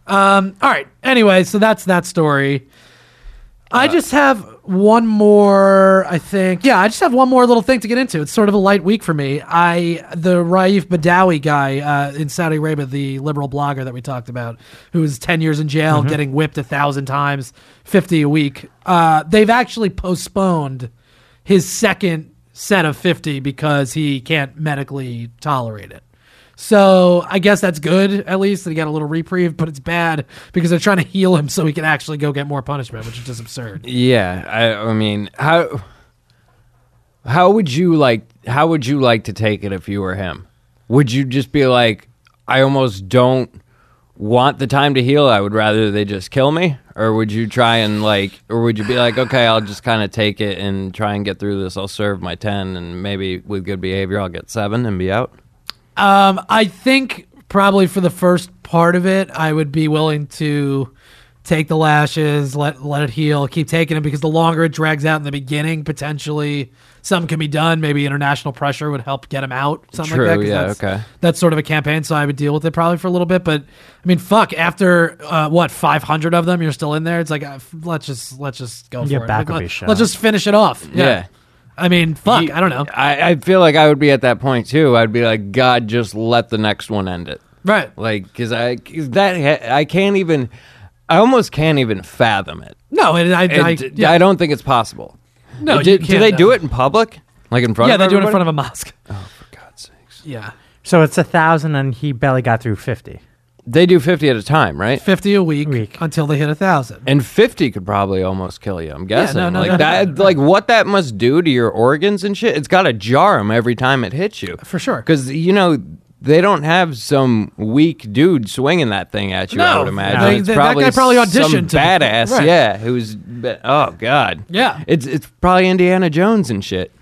Um, all right. Anyway, so that's that story. I just have one more. I think, yeah, I just have one more little thing to get into. It's sort of a light week for me. I the Raif Badawi guy uh, in Saudi Arabia, the liberal blogger that we talked about, who was ten years in jail, getting whipped a thousand times, fifty a week. Uh, they've actually postponed his second set of fifty because he can't medically tolerate it. So I guess that's good, at least that he got a little reprieve. But it's bad because they're trying to heal him so he can actually go get more punishment, which is just absurd.
Yeah. I, I mean, how how would you like how would you like to take it if you were him? Would you just be like, I almost don't want the time to heal. I would rather they just kill me, or would you try and like, or would you be like, okay, I'll just kind of take it and try and get through this. I'll serve my ten, and maybe with good behavior, I'll get seven and be out.
Um, I think probably for the first part of it, I would be willing to take the lashes, let let it heal, keep taking it because the longer it drags out in the beginning, potentially something can be done. Maybe international pressure would help get him out. Something
True,
like that. 'cause
yeah,
that's-
okay.
that's sort of a campaign, so I would deal with it probably for a little bit. But I mean, fuck, after uh, what five hundred of them, you're still in there. It's like uh, f- let's just let's just go
Your
for
back
it.
will
Let-
be shot.
Let's just finish it off. Yeah.
Yeah.
I mean, fuck, I don't know.
I, I feel like I would be at that point too. I'd be like, God, just let the next one end it.
Right.
Like, because I 'cause that I can't even, I almost can't even fathom it.
No, and I, I,
It-
yeah.
I don't think it's possible.
No,
do,
you
do
can't,
they
uh,
do it in public? Like in front?
Yeah,
of
they do it in
everybody? Oh,
front of a mosque.
God's sakes.
Yeah,
So it's a thousand, and he barely got through fifty.
They do fifty at a time, right?
fifty a week,
Week.
until they hit a thousand.
And fifty could probably almost kill you. I'm guessing.
no, no,
like
no, no,
that,
no, no.
like what that must do to your organs and shit. It's got to jar them every time it hits you,
For sure.
Because you know they don't have some weak dude swinging that thing at you. I
No.
would imagine
They-
It's
that guy probably
some
auditioned to-
badass.
Right.
Yeah, who's be- oh god.
Yeah.
it's it's probably Indiana Jones and shit.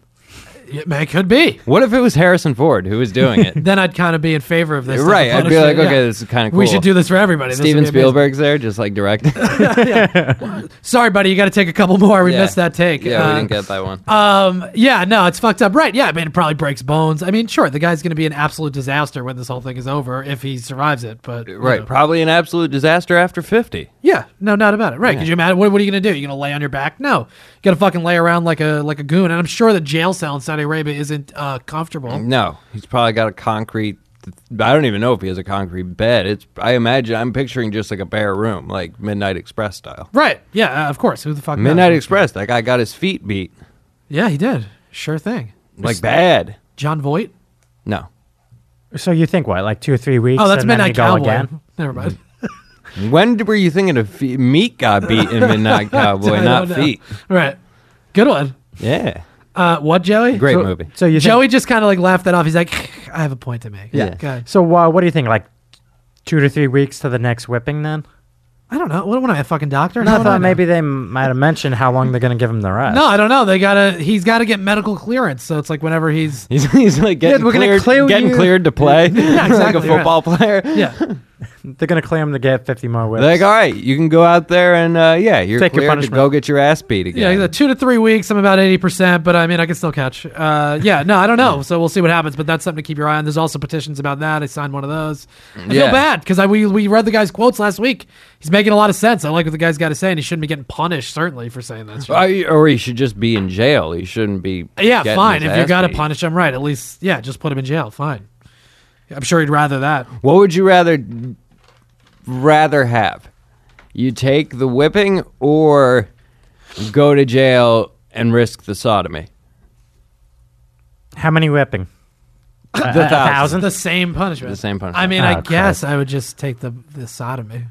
It may could be.
What if it was Harrison Ford who was doing
*laughs*
it?
Then I'd kind of be in favor of this. type of
Right, I'd be
punishment.
like, okay, this is kinda
We
cool.
should do this for everybody. This would
Steven
be amazing.
Spielberg's there, just like directing.
Sorry, buddy, you got to take a couple more. We
*laughs* Yeah.
missed that take.
yeah,
Uh,
we didn't get that one.
Um, yeah, no, it's fucked up. Right. Yeah, I mean, it probably breaks bones. I mean, sure, the guy's going to be an absolute disaster when this whole thing is over if he survives it. But you
right,
know.
probably an absolute disaster after fifty.
yeah, no, not about it. Right? Could you imagine? What, what are you going to do? You going to lay on your back? No, you got to fucking lay around like a like a goon. And I'm sure the jail cell in Saudi Arabia isn't uh, comfortable.
No, he's probably got a concrete I don't even know if he has a concrete bed. It's I imagine I'm picturing just like a bare room, like Midnight Express style.
Right. Yeah, uh, of course. Who the fuck knows?
Midnight Express, that guy got his feet beat
Yeah, he did. Sure thing.
like bad.
John Voight.
No,
So you think what, like two or three weeks?
Oh, that's
and then
Midnight
they
Cowboy.
go again.
*laughs* Never
*laughs*
mind.
when d- were you thinking of feet? meat got beat
*laughs*
in Midnight Cowboy,
I
not
don't know.
feet?
Right. Good one.
Yeah,
Uh, what, Joey?
great
So-
movie.
So you think-
Joey just kind of like laughed that off. He's like, I have a point to make.
Yeah.
Good.
So uh, what do you think? Like two to three weeks to the next whipping? Then
I don't know. What am I, a fucking doctor?
I
How would
thought
know?
maybe they m- might have mentioned how long they're going to give him the rest.
No, I don't know. They gotta. He's got to get medical clearance. So it's like whenever he's.
He's, *laughs* he's like getting,
we're gonna
cleared,
clear
getting
you.
cleared
*laughs*
to play *laughs* like a
exactly, right.
football player.
Yeah.
*laughs* they're going to claim him to get fifty more whips.
They're Like, all right, you can go out there and uh, yeah, you're
Take
cleared
your
to
punishment.
go get your ass beat
Yeah.
again.
he's like, two to three weeks. I'm about eighty percent, but I mean, I can still catch. Uh, yeah. No, I don't know. So we'll see what happens. But that's something to keep your eye on. There's also petitions about that. I signed one of those. I feel
Yeah.
bad because I we we read the guy's quotes last week. He's making a lot of sense. I like what the guy's got to say, and he shouldn't be getting punished certainly for saying that. Shit.
Or you- or he should just be in jail. He shouldn't be.
Yeah,
getting
fine.
his
If you
ass
got to
beat.
punish him, right? At least, yeah, just put him in jail. Fine. I'm sure he'd rather that.
what would you rather rather have? You take the whipping or go to jail and risk the sodomy.
How many whipping?
The
thousand?
The same punishment.
The same punishment.
I mean,
Oh,
I
Christ.
guess I would just take the the sodomy.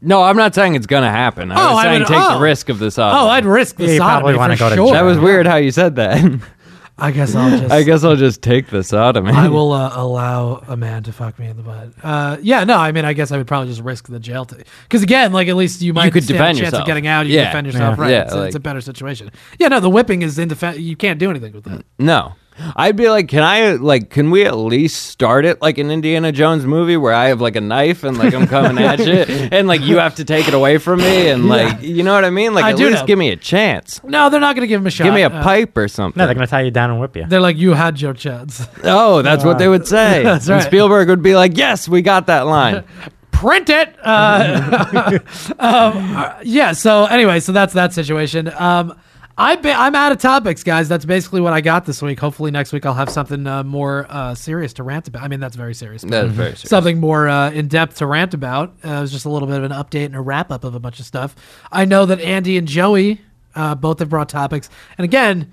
No, I'm not saying it's gonna happen. I
Oh,
was
I
saying
would-
take
oh.
the risk of the sodomy.
Oh, I'd risk the
Yeah, you probably
sodomy
wanna
for
go to
sure.
That was weird how you said that. *laughs*
I guess I'll just.
I guess I'll just take the sodomy. *laughs*
I will uh, allow a man to fuck me in the butt. Uh, yeah, no, I mean, I guess I would probably just risk the jail because again, like at least you might
could
stand
defend
a chance
yourself.
of getting out. You
Yeah.
can defend yourself,
Yeah.
right?
Yeah,
it's, a- it's
like-
a better situation. Yeah, no, the whipping is indefe- You can't do anything with that.
No. I'd be like, can I like can we at least start it like an Indiana Jones movie where I have like a knife and like I'm coming
*laughs*
at you and like you have to take it away from me and like you know what I mean? Like
I
at
do
least
know.
give me a chance.
No, they're not going to give him a shot.
Give me a
Uh,
pipe or something.
No, they're going to tie you down and whip you.
They're like, you had your chance. *laughs*
oh, that's what they would say.
Uh, That's
And
right.
Spielberg would be like, Yes, we got that
*laughs*
line.
print it. Uh, *laughs* um, uh, yeah. So anyway, so that's that situation. Um, I ba- I'm out of topics, guys. That's basically what I got this week. Hopefully next week I'll have something uh, more uh, serious to rant about. I mean, that's very serious. but
That's very serious.
Something more uh, in depth to rant about. Uh, it was just a little bit of an update and a wrap up of a bunch of stuff. I know that Andy and Joey uh, both have brought topics, and again,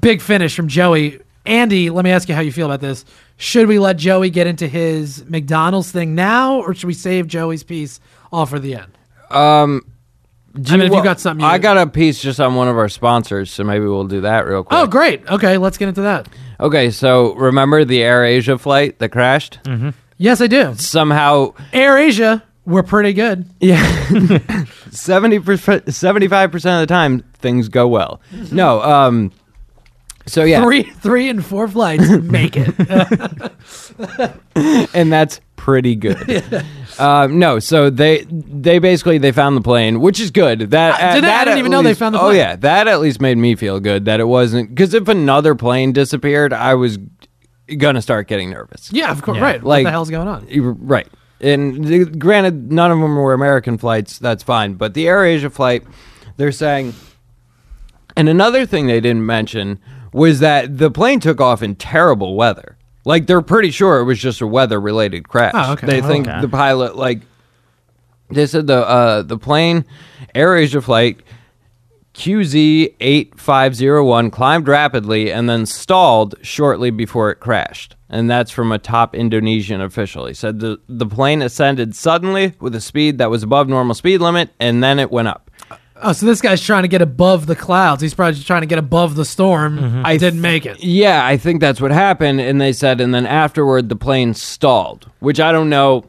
big finish from Joey. Andy, let me ask you how you feel about this. Should we let Joey get into his McDonald's thing now, or should we save Joey's piece all for the end? I mean, if you got something, you,
I got a piece just on one of our sponsors, so maybe we'll do that real quick.
Oh, great. Okay, let's get into that.
Okay, so remember the AirAsia flight that crashed?
Mm-hmm. Yes, I do.
Somehow
Air Asia, we're pretty good.
seventy percent, seventy-five percent of the time, things go well. No, um, so yeah,
Three, three, and four flights make it. Uh,
and that's pretty
*laughs*
good. Um, no, so they they basically they found the plane, which is good. That
Uh, did they? I
that
didn't
at
even know they
least-
found the
Oh
plane.
yeah, that at least made me feel good that it wasn't because if another plane disappeared, I was gonna start getting nervous.
yeah, of course. Right. what
like-
the hell's going on?
You- Right. And th- granted, none of them were American flights. That's fine. But the AirAsia flight, they're saying. And another thing they didn't mention was that the plane took off in terrible weather. Like they're pretty sure it was just a weather-related crash.
Oh, okay.
They think
Okay.
the pilot like they said the uh, the plane AirAsia flight QZ eight five zero one climbed rapidly and then stalled shortly before it crashed. And that's from a top Indonesian official. He said the, the plane ascended suddenly with a speed that was above normal speed limit, and then it went up.
Oh, so this guy's trying to get above the clouds. He's probably just trying to get above the storm.
Mm-hmm.
I didn't make it.
Yeah, I think that's what happened. And they said, and then afterward, the plane stalled, which I don't know.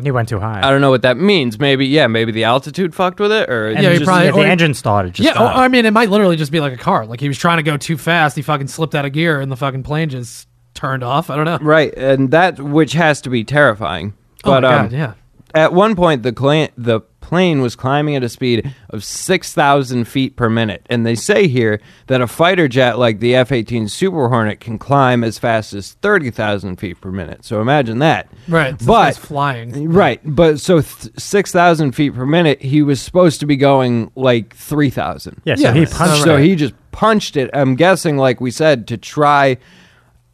He went too high.
I
Uh,
don't know what that means. Maybe, yeah, maybe the altitude fucked with it, or
And
Yeah,
yeah,
he
just,
probably-
yeah, the
or-
engine started. Just
Yeah, oh. or,
stopped.
I mean, it might literally just be like a car. Like he was trying to go too fast, he fucking slipped out of gear, and the fucking plane just turned off. I don't know.
right, and that which has to be terrifying.
Oh
But
my
um,
God, yeah.
At one point, the cla- the plane was climbing at a speed of six thousand feet per minute, and they say here that a fighter jet like the F eighteen Super Hornet can climb as fast as thirty thousand feet per minute. So imagine that.
Right, this
but
guy's flying.
Right, but so th- six thousand feet per minute, he was supposed to be going like three thousand.
yeah, so
yeah,
he
so-
punched.
So
it.
he just punched it. I'm guessing, like we said, to try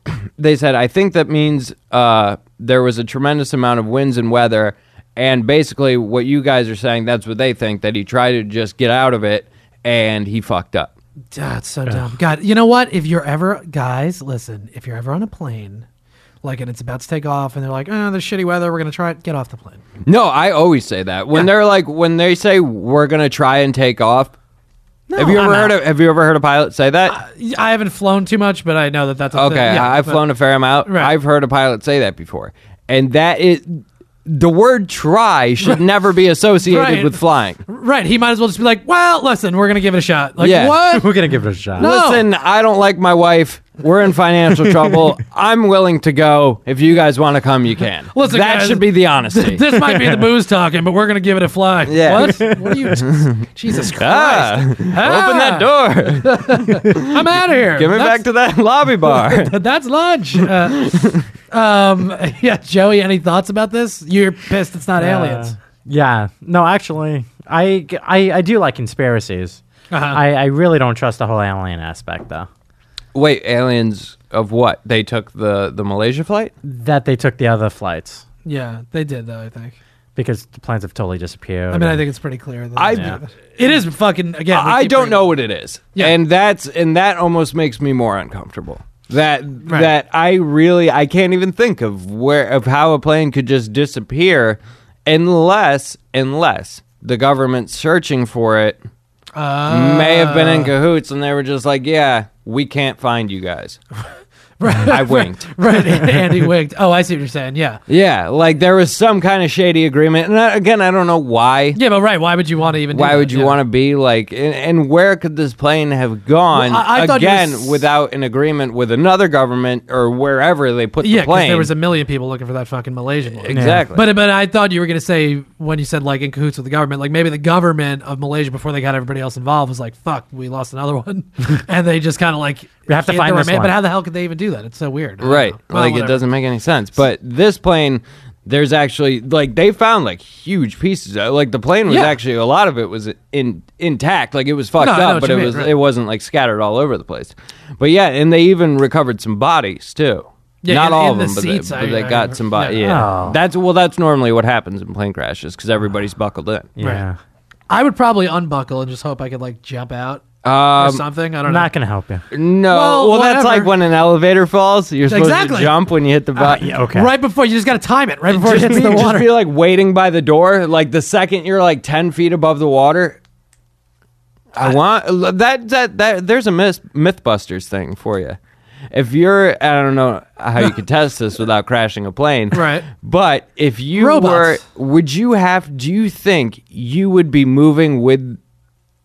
*clears throat* they said, I think that means uh, there was a tremendous amount of winds and weather. And basically, what you guys are saying, that's what they think that he tried to just get out of it and he fucked up.
God, it's so dumb. God, you know what? If you're ever, guys, listen, if you're ever on a plane, like, and it's about to take off, and they're like, oh, there's shitty weather, we're going to try it, get off the plane.
No, I always say that when they're like when they say we're gonna try and take off. have you
I'm
ever
not.
heard? A, have you ever heard a pilot say that?
I haven't flown too much, but I know that that's a
okay,
thing. Yeah,
I- I've
but-
flown a fair amount.
Right.
I've heard a pilot say that before, and that is the word "try" should never be associated
Right.
with flying.
Right. He might as well just be like, well, listen, we're going to give it a shot. Like,
Yeah. *laughs*
what?
We're gonna give it a shot.
No.
Listen, I don't like my wife. We're in financial
*laughs*
trouble. I'm willing to go. If you guys want to come, you can.
Listen,
that
guys,
should be the honesty.
*laughs* this might be the booze talking, but we're going to give it a fly.
Yeah. *laughs*
What? What are you? Jesus Christ.
Ah, open that door.
I'm out of here.
Give me
That's-
back to that
*laughs*
lobby bar.
That's lunch.
*laughs*
Uh, um, *laughs* yeah, Joey, any thoughts about this? You're pissed it's not aliens.
Uh, Yeah. No, actually, I, I, I do like conspiracies.
Uh-huh.
I, I really don't trust the whole alien aspect, though.
Wait, aliens of what? They took the the Malaysia flight?
That they took the other flights
Yeah, they did though. I think.
because the planes have totally disappeared.
I mean, I
and-
think it's pretty clear. That
I
Yeah.
it is fucking again. we
I
keep
don't
bringing-
know what it is.
Yeah.
And that's and that almost makes me more uncomfortable. That
Right.
that I really I can't even think of where of how a plane could just disappear unless unless the government searching for it may have been
Ah.
in cahoots and they were just like, yeah, we can't find you guys. I winked.
*laughs* *laughs* Right, Andy winked. Oh, I see what you're saying. Yeah,
Yeah, like there was some kind of shady agreement. And I, again, I don't know why.
yeah, but right. Why would you want to even?
Why would you want to be like? And, and where could this plane have gone
Well, I- I thought you
again
was-
without an agreement with another government or wherever they put
Yeah,
the
because
plane?
there was a million people looking for that fucking Malaysian one.
exactly.
But but I thought you were gonna say when you said like in cahoots with the government, like maybe the government of Malaysia before they got everybody else involved was like, "Fuck, we lost another
*laughs*
one," and they just kind of like
We have to
hid
find
their
this
man-
one.
But how the hell could they even do that? It's so weird, I don't
right,
know. Well,
like
whatever.
it doesn't make any sense. But this plane, there's actually like they found like huge pieces. of- Like the plane was
Yeah.
actually a lot of it was in intact. Like it was fucked
No, I know
up,
what
but
you
it
mean,
was
right.
it wasn't like scattered all over the place. But yeah, and they even recovered some bodies too.
Yeah,
Not
in-
all
in
of
the
them, but,
seats,
they,
I-
but they
I
got
remember.
some bodies.
Yeah.
Yeah,
Oh.
that's well, that's normally what happens in plane crashes because everybody's buckled in.
yeah,
I would probably unbuckle and just hope I could like jump out or
Um,
something. I don't
I'm
know.
not gonna help you.
no,
Well,
well, that's
whatever.
like when an elevator falls. You're supposed
Exactly. Uh,
to jump when you hit the button.
Uh, yeah, okay.
Right before you just got to time it. Right before it
just, *laughs*
hits
be,
the
just
water.
be, like waiting by the door. Like the second you're like ten feet above the water, I want that that that. There's a myth, MythBusters thing for you. If you're, I don't know
*laughs*
how you could test this without crashing a plane,
Right.
But if you
Robots.
were, would you have? Do you think you would be moving with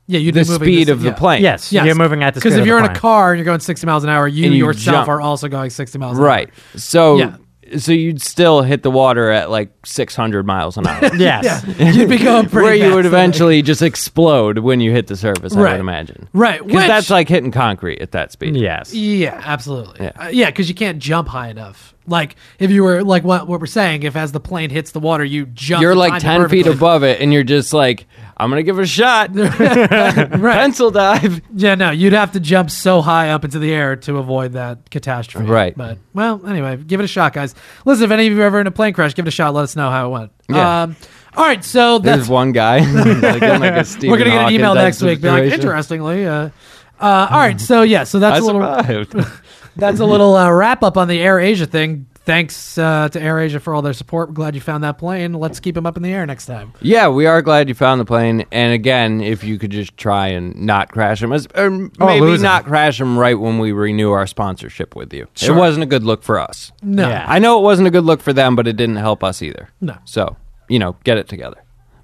yeah, you'd
the
be moving
speed
this-
of the
yeah.
plane?
Yes,
Yes.
you're moving at the
Because
speed
if
of
you're
the
in a
plane.
car and you're going 60 miles an hour, you,
And you
yourself
jump.
are also going 60 miles an
Right.
hour.
So
Yeah.
so you'd still hit the water at like 600 miles an
*laughs*
hour.
yes,
Yeah. You'd be
*laughs*
going pretty
Where you
fast.
would eventually just explode when you hit the surface, I
Right.
would imagine.
Right,
Because
which-
that's like hitting concrete at that speed.
*laughs* yes.
Yeah, absolutely.
Yeah.
Uh, Yeah, because you can't jump high enough. Like, if you were, like what, what we're saying, if as the plane hits the water, you jump.
You're
to
like
time it
10 feet
perfectly.
above it, and you're just like, I'm going to give it
*laughs*
a shot. Pencil dive.
Yeah, no, you'd have to jump so high up into the air to avoid that catastrophe.
Right.
But, well, anyway, give it a shot, guys. Listen, if any of you are ever in a plane crash, give it a shot. Let us know how it went.
Yeah.
Um, all right, so
There's
that's.
one guy. *laughs* like, I'm like a Stephen
We're going to get an
Hawking
email
type
next week. Be like,
situation.
interestingly. Uh, uh, all right, so yeah, so that's a
I
little.
survived.
*laughs* That's a little uh, wrap up on the Air Asia thing. Thanks uh, to Air Asia for all their support. We're glad you found that plane. Let's keep them up in the air next time.
yeah, we are glad you found the plane. And again, if you could just try and not crash them, as- or
Oh,
maybe
lose 'em.
not crash them right when we renew our sponsorship with you. It wasn't a good look for us.
No,
Yeah.
I know it wasn't a good look for them, but it didn't help us either.
No.
So, you know, get it together.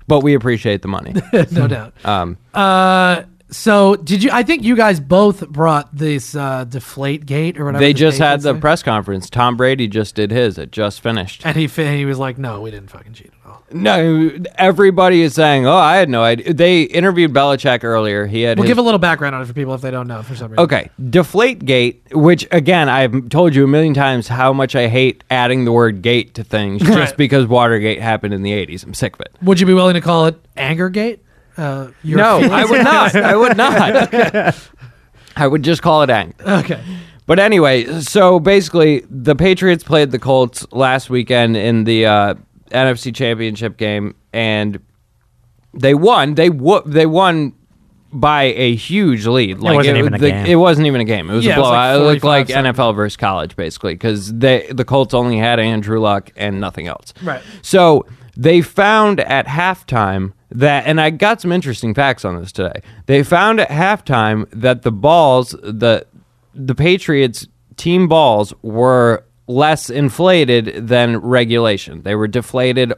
But we appreciate
*laughs*
the money.
no doubt.
*laughs* Um,
Uh, so did you? I think you guys both brought this uh, Deflate Gate or whatever.
they
this
just
gate
had
is
the
there.
press conference. Tom Brady just did his. It just finished.
and he fi- he was like, "No, we didn't fucking cheat at all."
No, everybody is saying, "Oh, I had no idea." They interviewed Belichick earlier. He had
We'll
his
give a little background on it for people if they don't know for some reason.
Okay, Deflategate, which again I've told you a million times how much I hate adding the word "gate" to things,
Right.
just because Watergate happened in the '80s. I'm sick of it.
Would you be willing to call it Anger Gate? Uh, your *laughs*
No,
feelings- *laughs*
I would not. I would not. I would just call it anger.
okay.
But anyway, so basically, the Patriots played the Colts last weekend in the uh, NFC Championship game, and they won. They wo- they won by a huge lead. Like
wasn't even a game.
It wasn't even a game. It was
Yeah, it
a
was like
blowout. It, looked
45
like
something.
NFL versus college, basically, because they the Colts only had Andrew Luck and nothing else.
Right.
So they found at halftime that, and I got some interesting facts on this today. They found at halftime that the balls, the the Patriots team balls, were less inflated than regulation. They were deflated.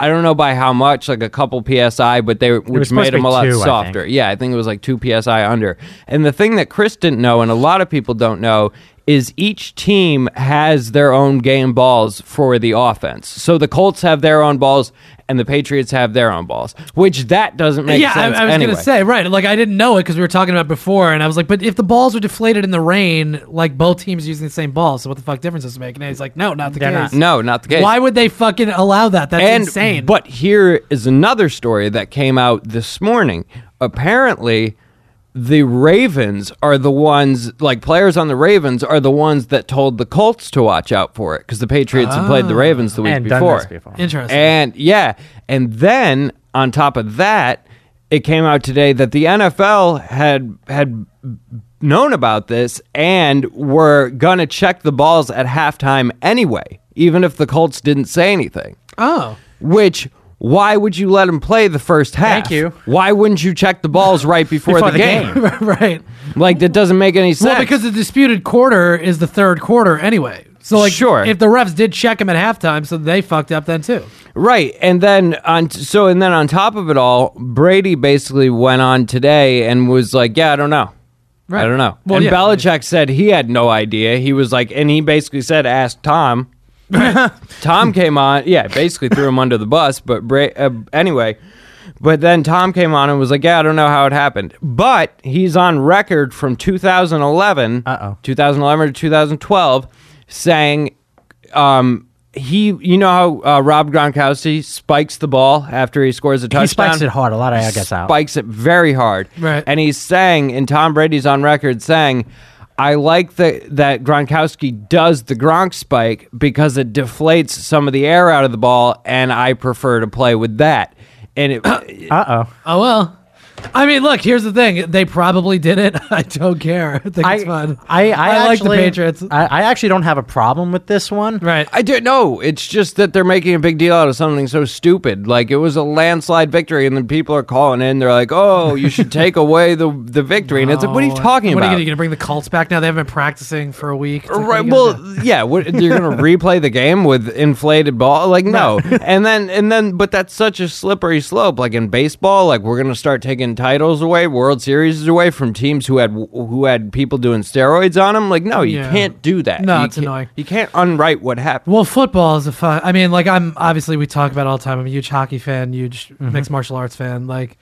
I don't know by how much, like a couple psi, but they which
supposed to
made them
be
a lot
two, I think.
softer. Yeah, I think it was like two psi under. And the thing that Chris didn't know, and a lot of people don't know, is each team has their own game balls for the offense. So the Colts have their own balls, and the Patriots have their own balls, which that doesn't make
yeah,
sense.
I, I was
anyway.
gonna say right. Like I didn't know it because we were talking about it before, and I was like, but if the balls were deflated in the rain, like both teams are using the same ball, so what the fuck difference does it make? And he's like, no, not the
They're
case.
not.
No, not the case.
Why would they fucking allow that? That's
and,
insane.
But here is another story that came out this morning. Apparently, the Ravens are the ones, like players on the Ravens are the ones that told the Colts to watch out for it because the Patriots had played the Ravens the week
Ah, And done
before.
this before.
interesting.
And yeah, and then on top of that, it came out today that the NFL had had known about this and were gonna check the balls at halftime anyway, even if the Colts didn't say anything.
oh,
Which why would you let him play the first half?
Thank you.
Why wouldn't you check the balls
*laughs*
right before,
Before the game.
*laughs* right.
Like that doesn't make any sense.
Well, because the disputed quarter is the third quarter anyway. So like,
Sure.
if the refs did check him at halftime, so they fucked up then too.
Right, and then on so and then on top of it all, Brady basically went on today and was like, "Yeah, I don't know,
Right.
I don't know."
Well,
and
yeah.
Belichick said he had no idea. He was like, and he basically said, "Ask
*laughs*
Tom." Tom came on, yeah, basically threw him under the bus. But Bra- uh, anyway, but then Tom came on and was like, "Yeah, I don't know how it happened," but he's on record from 2011,
Uh-oh.
2011 to 2012, saying um, he, you know how uh, Rob Gronkowski spikes the ball after he scores a touchdown.
He spikes it hard. A lot of air gets out.
Spikes it very hard.
Right.
And he's saying, and Tom Brady's on record saying, I like the, that Gronkowski does the Gronk spike because it deflates some of the air out of the ball, and I prefer to play with that. And it,
Uh oh.
Oh well. I mean, look. Here's the thing. They probably did it. *laughs* I don't care. *laughs* I think it's fun.
I, I,
like the
actually-
Patriots.
I, I actually don't have a problem with this one.
right.
I don't know. It's just that they're making a big deal out of something so stupid. Like it was a landslide victory, and then people are calling in. They're like, "Oh, you
*laughs*
should take away the the victory." And it's like, "What are you
Oh,
talking
what
about?"
Are you going to bring the Colts back now? They haven't been practicing for a week. It's like, what are
Right.
you gonna
Well,
do?
yeah. What,
*laughs*
you're gonna replay the game with inflated ball? Like no. and then and then, but that's such a slippery slope. Like in baseball, like we're gonna start taking titles away, World Series away from teams who had who had people doing steroids on them. Like no, you
Yeah.
can't do that.
No,
You
it's
can't-
annoying.
You can't unwrite what happened.
Well, football is a fun. I mean, like I'm obviously we talk about it all the time. I'm a huge hockey fan, huge mixed martial arts fan. Like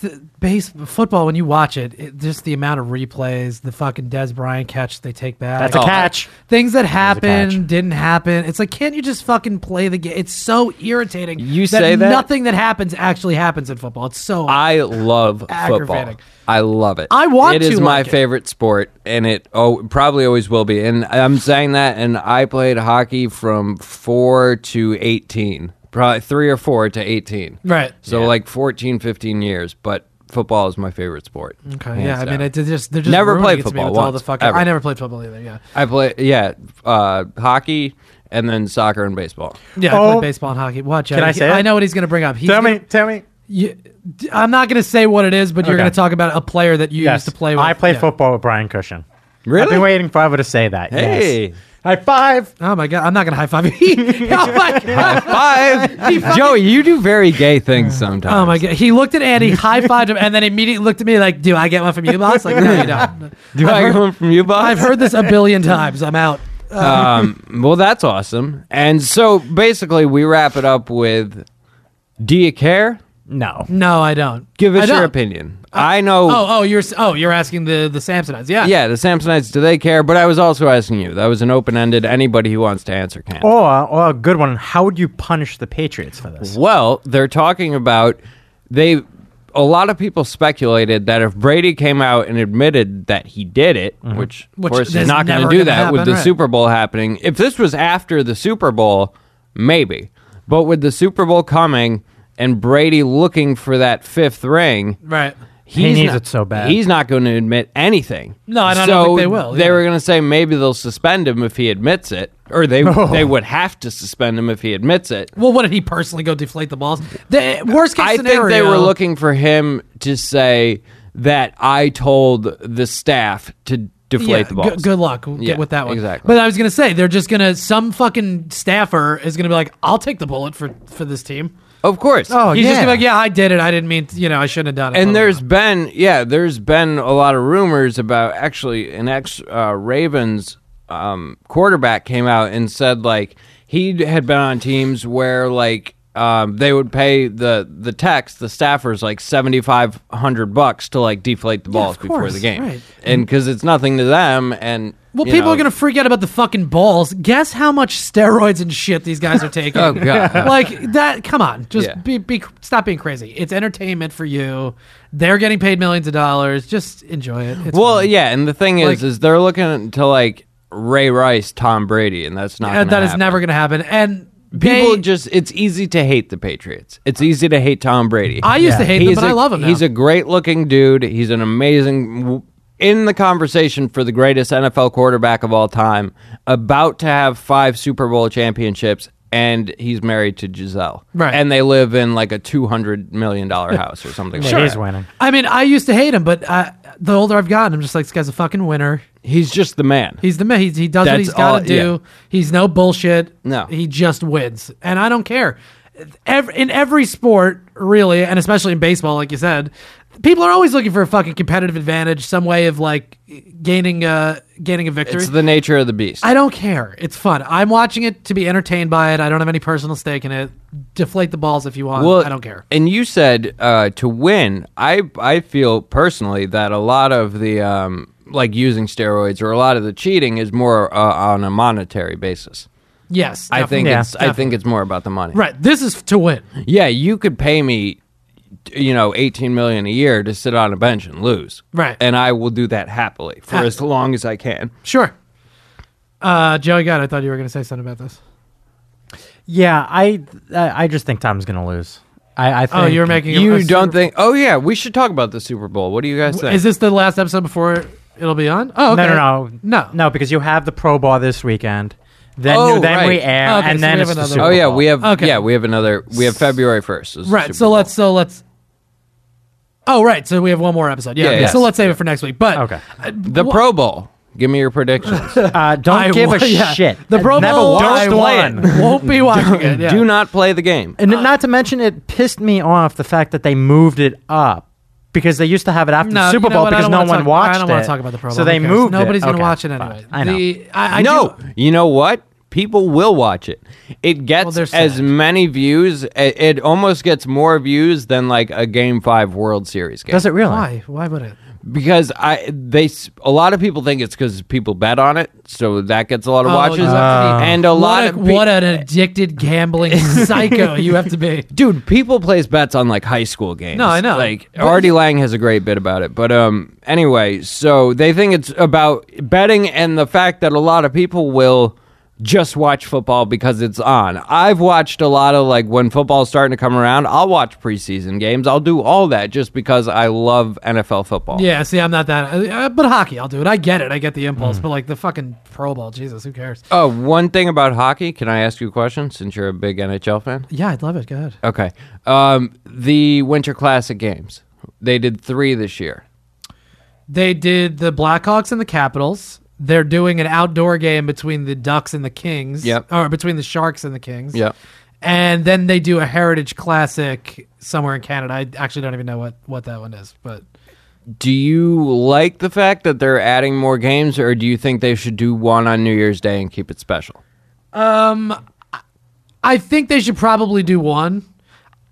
th- base football, when you watch it, it, just the amount of replays, the fucking Des Bryant catch they take back.
That's a catch.
Things that happen
catch.
didn't happen. It's like, can't you just fucking play the game? It's so irritating.
You say that?
nothing that happens actually happens in football. It's so
I love football.
Aggravating.
I love it.
I want
It is
to
my
like it.
favorite sport, and it oh probably always will be. And I'm saying that, and I played hockey from four to eighteen, probably three or four to eighteen.
right.
So like 14, 15 years, but football is my favorite sport.
Okay,
hands
yeah, I mean,
down.
it, they're just they're just
Never
ruining
played
it to me
football
with all the
once,
fucking.
ever.
I never played football either. Yeah,
I play yeah, uh, hockey and then soccer and baseball.
yeah, I
Oh.
played baseball and hockey. Watch,
Can I say
I
it?
know what he's going to bring up. He's
Tell
gonna-
me, tell me.
You, d- I'm not going to say what it is, but you're
Okay.
going to talk about a player that you used to play with.
I played
Yeah.
football with Brian Cushion. I've
Really?
been waiting forever to say that. yes.
Hey.
High five.
Oh my god, I'm not going to high five you. *laughs* oh my
*laughs*
god. *laughs*
Five. Joey, you do very gay things sometimes.
Oh my god. He looked at Andy, high fived him, and then immediately looked at me like, "Do I get one from you, boss?" Like, no, you don't.
Do I
I've
get
heard,
one from you, boss?
I've heard this a billion times. I'm out.
um, well, that's awesome. And so basically, we wrap it up with Do you care?
No.
No, I don't.
Give
I
us your
don't.
opinion. I know.
Oh, oh, you're s- oh, you're asking the the Samsonites. Yeah.
Yeah, the Samsonites, do they care? But I was also asking you. That was an open ended. Anybody who wants to answer can.
Or, or a good one. How would you punish the Patriots for this?
Well, they're talking about they a lot of people speculated that if Brady came out and admitted that he did it, which of
Mm-hmm. Which
course
is
he's not going
never
to do
gonna
that with
happen,
the
right.
Super Bowl happening. If this was after the Super Bowl, maybe. But with the Super Bowl coming and Brady looking for that fifth ring,
Right.
He
he's
needs
not-
it so bad.
He's not going to admit anything.
No, and I don't
so
think they will,
They
yeah.
were going to say maybe they'll suspend him if he admits it,
*laughs*
or they they would have to suspend him if he admits it.
Well, what did he personally go deflate the balls? The worst case
I
scenario.
think they were looking for him to say that I told the staff to deflate the
Yeah,
balls.
good- good luck We'll
Yeah,
get with that one.
exactly.
But I was gonna say they're just gonna some fucking staffer is gonna be like, I'll take the bullet for for this team.
Of course.
Oh,
He's just
yeah.
gonna be like, yeah, I did it. I didn't mean, to, you know, I shouldn't have done it.
And
blah, blah,
there's been yeah, there's been a lot of rumors about actually an ex uh, Ravens um, quarterback came out and said like he had been on teams where like um, they would pay the the techs the staffers like seventy five hundred bucks to like deflate the balls before
course,
the game,
right.
and because it's nothing to them and
Well,
you
people
know,
are gonna freak out about the fucking balls. Guess how much steroids and shit these guys are taking.
*laughs* Oh, God.
*laughs* Like that. Come on, just
Yeah.
be, be stop being crazy. It's entertainment for you. They're getting paid millions of dollars. Just enjoy it. It's
Well,
fun.
yeah, and the thing is,
Like-
is they're looking to like Ray Rice, Tom Brady, and that's not
And
gonna
that is
happen.
never gonna happen. And
People
they-
just it's easy to hate the Patriots. It's easy to hate Tom Brady.
I used to hate them,
He's
but I
a-
love him now.
He's a great looking dude. He's an amazing in the conversation for the greatest NFL quarterback of all time, about to have five Super Bowl championships, and he's married to Giselle.
Right.
And they live in like a two hundred million
*laughs*
dollar house or something
Yeah,
like that.
He's winning.
I mean, I used to hate him, but uh, the older I've gotten, I'm just like, this guy's a fucking winner.
He's just the man.
He's the man. He's, he does what
That's
he's got to
all-
do. He's no bullshit.
No.
He just wins. And I don't care. Ev in every sport, really, and especially in baseball, like you said, people are always looking for a fucking competitive advantage, some way of like gaining a, gaining a victory.
it's the nature of the beast.
I don't care. It's fun. I'm watching it to be entertained by it. I don't have any personal stake in it. Deflate the balls if you want. I don't care.
And you said uh, to win. I I feel personally that a lot of the um, like using steroids or a lot of the cheating is more uh, on a monetary basis.
Yes.
I think
definitely.
Yeah,
it's I think it's more about the money.
Right. This is to win.
Yeah, you could pay me you know 18 million a year to sit on a bench and lose.
Right.
And I will do that happily for
Ah.
as long as I can.
Sure. Uh, Joey God, I thought you were going to say something about this.
Yeah, I I I just think Tom's gonna lose. I, I think
Oh, you were making. a- a
You
Super-
don't think Oh yeah, we should talk about the Super Bowl. What do you guys think?
Is this the last episode before it'll be on? Oh, okay.
No, no, no,
no,
no, because you have the Pro Bowl this weekend. Then,
Oh,
then we
right.
air,
Okay,
and
so
then
we have
it's the
another
Super
Oh yeah,
Bowl.
we have
Okay.
yeah, we have another we have February 1st. is the
Right.
Super
So
Bowl.
let's. So let's. Oh, right. So we have one more episode. Yeah.
Yeah,
okay,
yes.
So let's save it for next week. But
Okay.
The Pro Bowl. Give me your predictions.
Uh, don't
I
*laughs* give
wa-
a
yeah.
shit.
The Pro
Never
Bowl.
watched
I won.
one.
Won't be watching it. *laughs* Yeah.
Do not play the game.
Uh,
And not to mention, it pissed me off the fact that they moved it up because they used to have it after
No,
the Super
you know
Bowl
what, I
because
don't
no
wanna
one
talk-
watched it.
I don't want to talk about the Pro Bowl.
So they
Who cares?
moved.
Nobody's
it.
gonna
Okay,
watch it
fine.
anyway.
I know.
The, I, I
no,
do-
you know what? People will watch it. It gets
they're sad.
as many views. It, it almost gets more views than like a Game Five World Series game
Does it really?
Why? Why would it?
because I they s- a lot of people think it's because people bet on it, so that gets a lot of
Oh,
watches
you have to be-
and a lot
what
of
a,
pe-
what an addicted
*laughs*
gambling psycho you have to be.
dude people place bets on like high school games
No, I know.
like
But-
artie lang has a great bit about it but um anyway so they think it's about betting and the fact that a lot of people will just watch football because it's on i've watched a lot of like when football's starting to come around i'll watch preseason games i'll do all that just because i love nfl football
Yeah, see, I'm not that. Uh, but hockey, I'll do it. I get it. I get the impulse.
Hmm.
But like the fucking Pro Bowl, Jesus, who cares?
oh one thing about hockey can i ask you a question since you're a big nhl fan
Yeah, I'd love it. Go ahead.
okay um the winter classic games they did three this year
They did the Blackhawks and the Capitals. They're doing an outdoor game between the Ducks and the Kings.
Yep.
Or between the Sharks and the Kings.
Yep.
And then they do a Heritage Classic somewhere in Canada. I actually don't even know what, what that one is, but
Do you like the fact that they're adding more games, or do you think they should do one on New Year's Day and keep it special?
I think they should probably do one.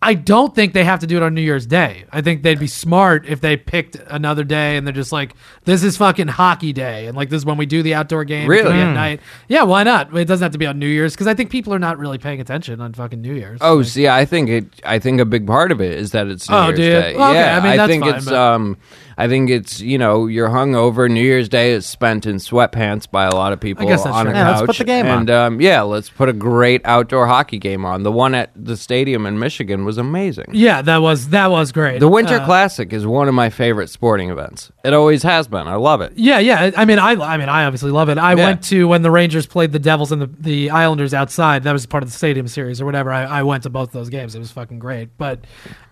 I don't think they have to do it on New Year's Day. I think they'd be smart if they picked another day and they're just like, this is fucking hockey day. And like, this is when we do the outdoor game. It can
Really?
be At
Mm.
night. Yeah, why not? It doesn't have to be on New Year's because I think people are not really paying attention on fucking New Year's.
Oh, see, I think it. I think a big part of it is that it's New
Oh,
Year's
do you?
Day.
Well, okay,
yeah,
I mean, that's
think
fine,
it's.
but-
Um, I think it's. You know, you're hungover. New Year's Day is spent in sweatpants by a lot of people
I guess that's
on a
true.
Yeah,
couch.
let's put the game on.
and, Um, yeah, let's put a great outdoor hockey game on. The one at the stadium in Michigan was amazing.
Yeah, that was that was great.
The Winter
Uh,
Classic is one of my favorite sporting events. It always has been. I love it.
Yeah, yeah. I mean, I, I mean, I obviously love it. I
Yeah.
went to when the Rangers played the Devils and the, the Islanders outside. That was part of the Stadium Series or whatever. I, I went to both those games. It was fucking great. But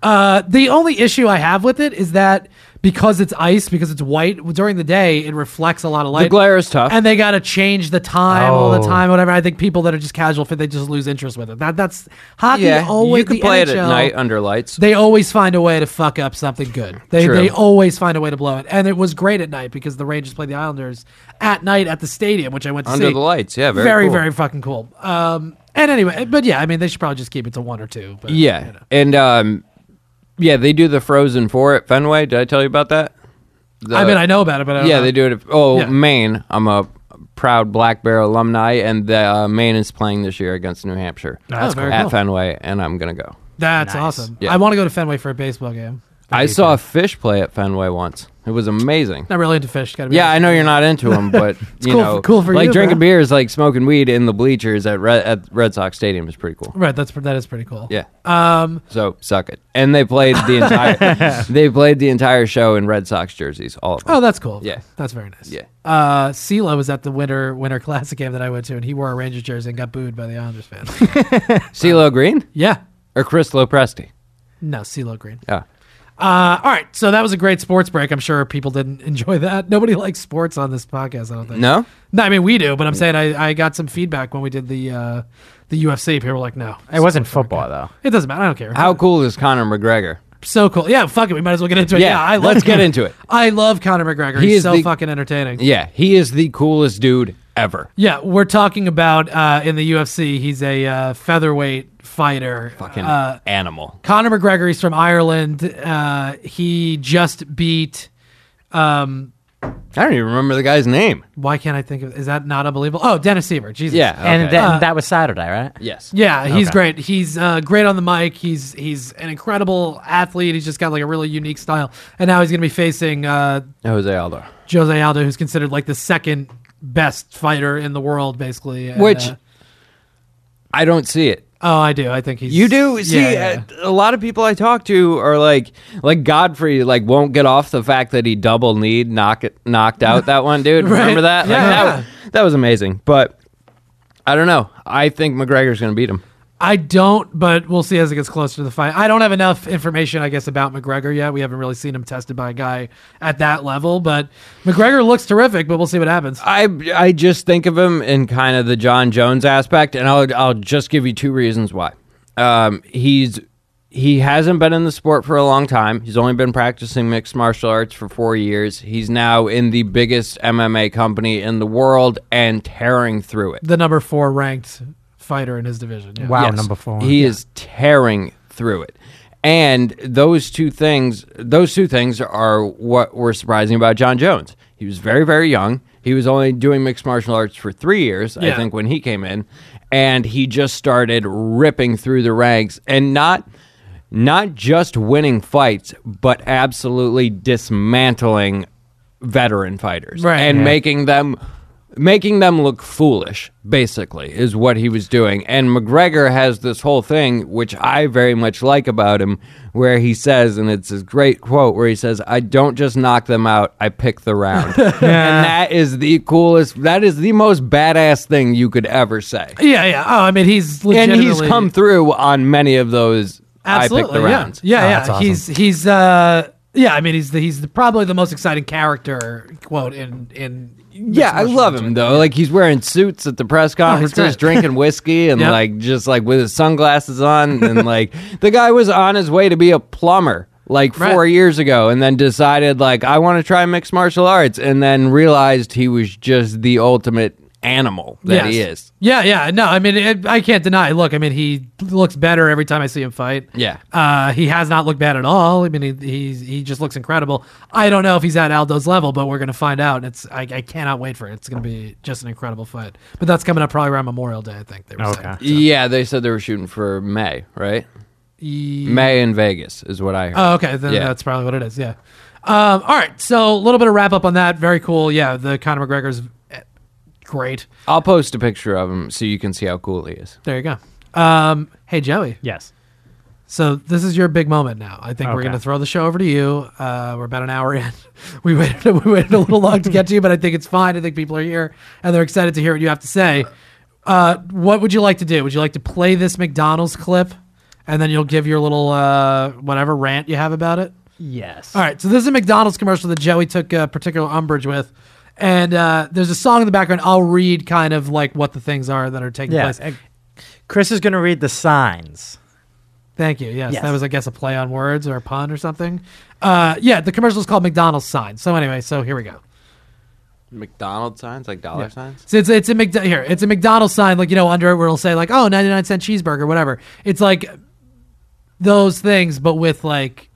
uh, the only issue I have with it is that because it's ice, because it's white during the day, it reflects a lot of light.
glare is tough.
and they got to change the time all the
Oh.
time, whatever. I think people that are just casual fit, they just lose interest with it. That that's hockey. always
you could
the
play it at
NHL
night under lights.
they always find a way to fuck up something good. They
True.
they always find a way to blow it. And it was great at night because the Rangers played the Islanders at night at the stadium, which I went to
Under
see.
the lights, yeah, very
very,
cool.
very fucking cool. Um, and anyway, but yeah, I mean, they should probably just keep it to one or two. But,
yeah,
you know.
and um, yeah, they do the Frozen Four at Fenway. Did I tell you about that?
I
The-
mean, I know about it, but I don't
Uh, yeah,
know.
they do it. At, oh,
Yeah.
Maine. I'm a proud Black Bear alumni, and the, uh, Maine is playing this year against New Hampshire
that's Ah, Oh, very
at
cool.
Fenway, and I'm gonna go.
That's awesome.
Yeah.
I want to go to Fenway for a baseball game.
I saw a fish play at Fenway once. It was amazing.
Not really into fish. Gotta be
Yeah, I know you're not into
*laughs*
them, but you
cool
know,
for- cool for
like
you,
drinking
bro.
beer is like smoking weed in the bleachers at Red, at Red Sox Stadium is pretty cool.
Right. That's that is pretty cool.
Yeah. Um. So suck it. And they played
*laughs*
the entire. they played the entire show in Red Sox jerseys. All of them.
Oh, that's cool.
Yeah.
That's very nice.
Yeah.
Uh, Sela was at the winter winter classic game that I went to, and he wore a Ranger jersey and got booed by the Islanders fans. *laughs*
CeeLo Green
yeah.
or Chris Lopresti.
No, CeeLo Green.
Yeah.
Uh, all right, so that was a great sports break. I'm sure people didn't *laughs* enjoy that. Nobody likes sports on this podcast. I don't think.
No?
no. I mean, we do, but I'm saying I, I got some feedback when we did the uh, the UFC. People were like, "No,
It wasn't football though.
it doesn't matter. I don't care."
How cool is Conor McGregor?
so cool? Yeah, fuck it. We might as well get into it. Yeah,
Yeah,
I love
let's get into it.
I love Conor McGregor.
He
He's
is
so
the-
fucking entertaining.
Yeah, he is the coolest dude ever.
Yeah, we're talking about uh, in the UFC. He's a uh, featherweight fighter.
Fucking
Uh,
animal.
Conor McGregor. He's from Ireland. Uh, he just beat.
I don't even remember the guy's name.
Why can't I think of? Is that not unbelievable? Oh, Dennis Seaver. Jesus.
Yeah.
And
okay.
that,
Uh,
that was Saturday, right?
yes.
Yeah, he's
Okay.
great. He's uh, great on the mic. He's he's an incredible athlete. He's just got like a really unique style. And now he's going to be facing uh,
Jose Aldo.
Jose Aldo, who's considered like the second best fighter in the world, basically. And,
Which
uh,
I don't see it.
oh, I do. I think he's
You do see
Yeah, yeah.
uh, a lot of people I talk to are like like Godfrey like won't get off the fact that he double kneed knock knocked out that
*laughs*
one dude.
Right.
Remember that? Like,
Yeah.
that, was- that was amazing. But I don't know. I think McGregor's going to beat him.
I don't, but we'll see as it gets closer to the fight. I don't have enough information, I guess, about McGregor yet. We haven't really seen him tested by a guy at that level, but McGregor looks terrific. But we'll see what happens.
I I just think of him in kind of the John Jones aspect, and I'll I'll just give you two reasons why. Um, he's he hasn't been in the sport for a long time. He's only been practicing mixed martial arts for four years. He's now in the biggest MMA company in the world and tearing through it.
The number four ranked fighter in his division. Yeah.
Wow, number four.
He is tearing through it. And those two things, those two things are what were surprising about John Jones. He was very, very young. He was only doing mixed martial arts for three years, I
Yeah.
think, when he came in, and he just started ripping through the ranks and not not just winning fights, but absolutely dismantling veteran fighters
Right.
and
Yeah.
making them making them look foolish basically is what he was doing and mcgregor has this whole thing which i very much like about him where he says and it's this great quote where he says i don't just knock them out i pick the
*laughs*
round and that is the coolest that is the most badass thing you could ever say
Yeah, yeah. Oh, I mean, he's
and
legitimately
he's come through on many of those i
absolutely.
pick the
yeah,
rounds
yeah,
Oh,
yeah.
that's awesome.
He's he's uh, yeah. I mean, he's the, he's the, probably the most exciting character quote in in.
Yeah,
mixed
I
martial
love
arts.
him though. Like he's wearing suits at the press conferences,
Oh, great. *laughs*
drinking whiskey, and
Yep.
like just like with his sunglasses
*laughs*
on, and like the guy was on his way to be a plumber like
Right.
four years ago, and then decided like I want to try mixed martial arts, and then realized he was just the ultimate animal that he
Yes.
is.
Yeah, yeah. No, I mean, it, I can't deny. Look, I mean, he looks better every time I see him fight.
Yeah.
Uh, he has not looked bad at all. I mean, he, he's, he just looks incredible. I don't know if he's at Aldo's level, but we're going to find out. And it's I, I cannot wait for it. It's going to be just an incredible fight. But that's coming up probably around Memorial Day, I think. They were
Okay.
saying.
Yeah, they said they were shooting for May, right?
Ye-
May in Vegas is what I heard.
Oh, okay. Then
Yeah.
that's probably what it is. Yeah. Um, all right. So a little bit of wrap up on that. Very cool. Yeah. The Conor McGregor's eh, great.
I'll post a picture of him so you can see how cool he is.
There you go. Um, hey, Joey.
Yes.
So this is your big moment now. I think we're
Okay.
going to throw the show over to you. Uh, we're about an hour in. *laughs* We waited, we waited a little long to get to you, but I think it's fine. I think people are here and they're excited to hear what you have to say. Uh, what would you like to do? Would you like to play this McDonald's clip, and then you'll give your little uh, whatever rant you have about it?
Yes.
All right, so this is a McDonald's commercial that Joey took uh, particular umbrage with, and uh, there's a song in the background. I'll read kind of like what the things are that are taking
Yeah.
place.
and Chris is going to read the signs.
Thank you. Yes,
Yes.
that was, I guess, a play on words or a pun or something. Uh, yeah, the commercial is called McDonald's sign. So anyway, so here we go.
McDonald's signs, like dollar signs?
So it's it's a McDo- here it's a McDonald's sign like you know under it where it'll say like oh 99 cent cheeseburger whatever. It's like those things but with like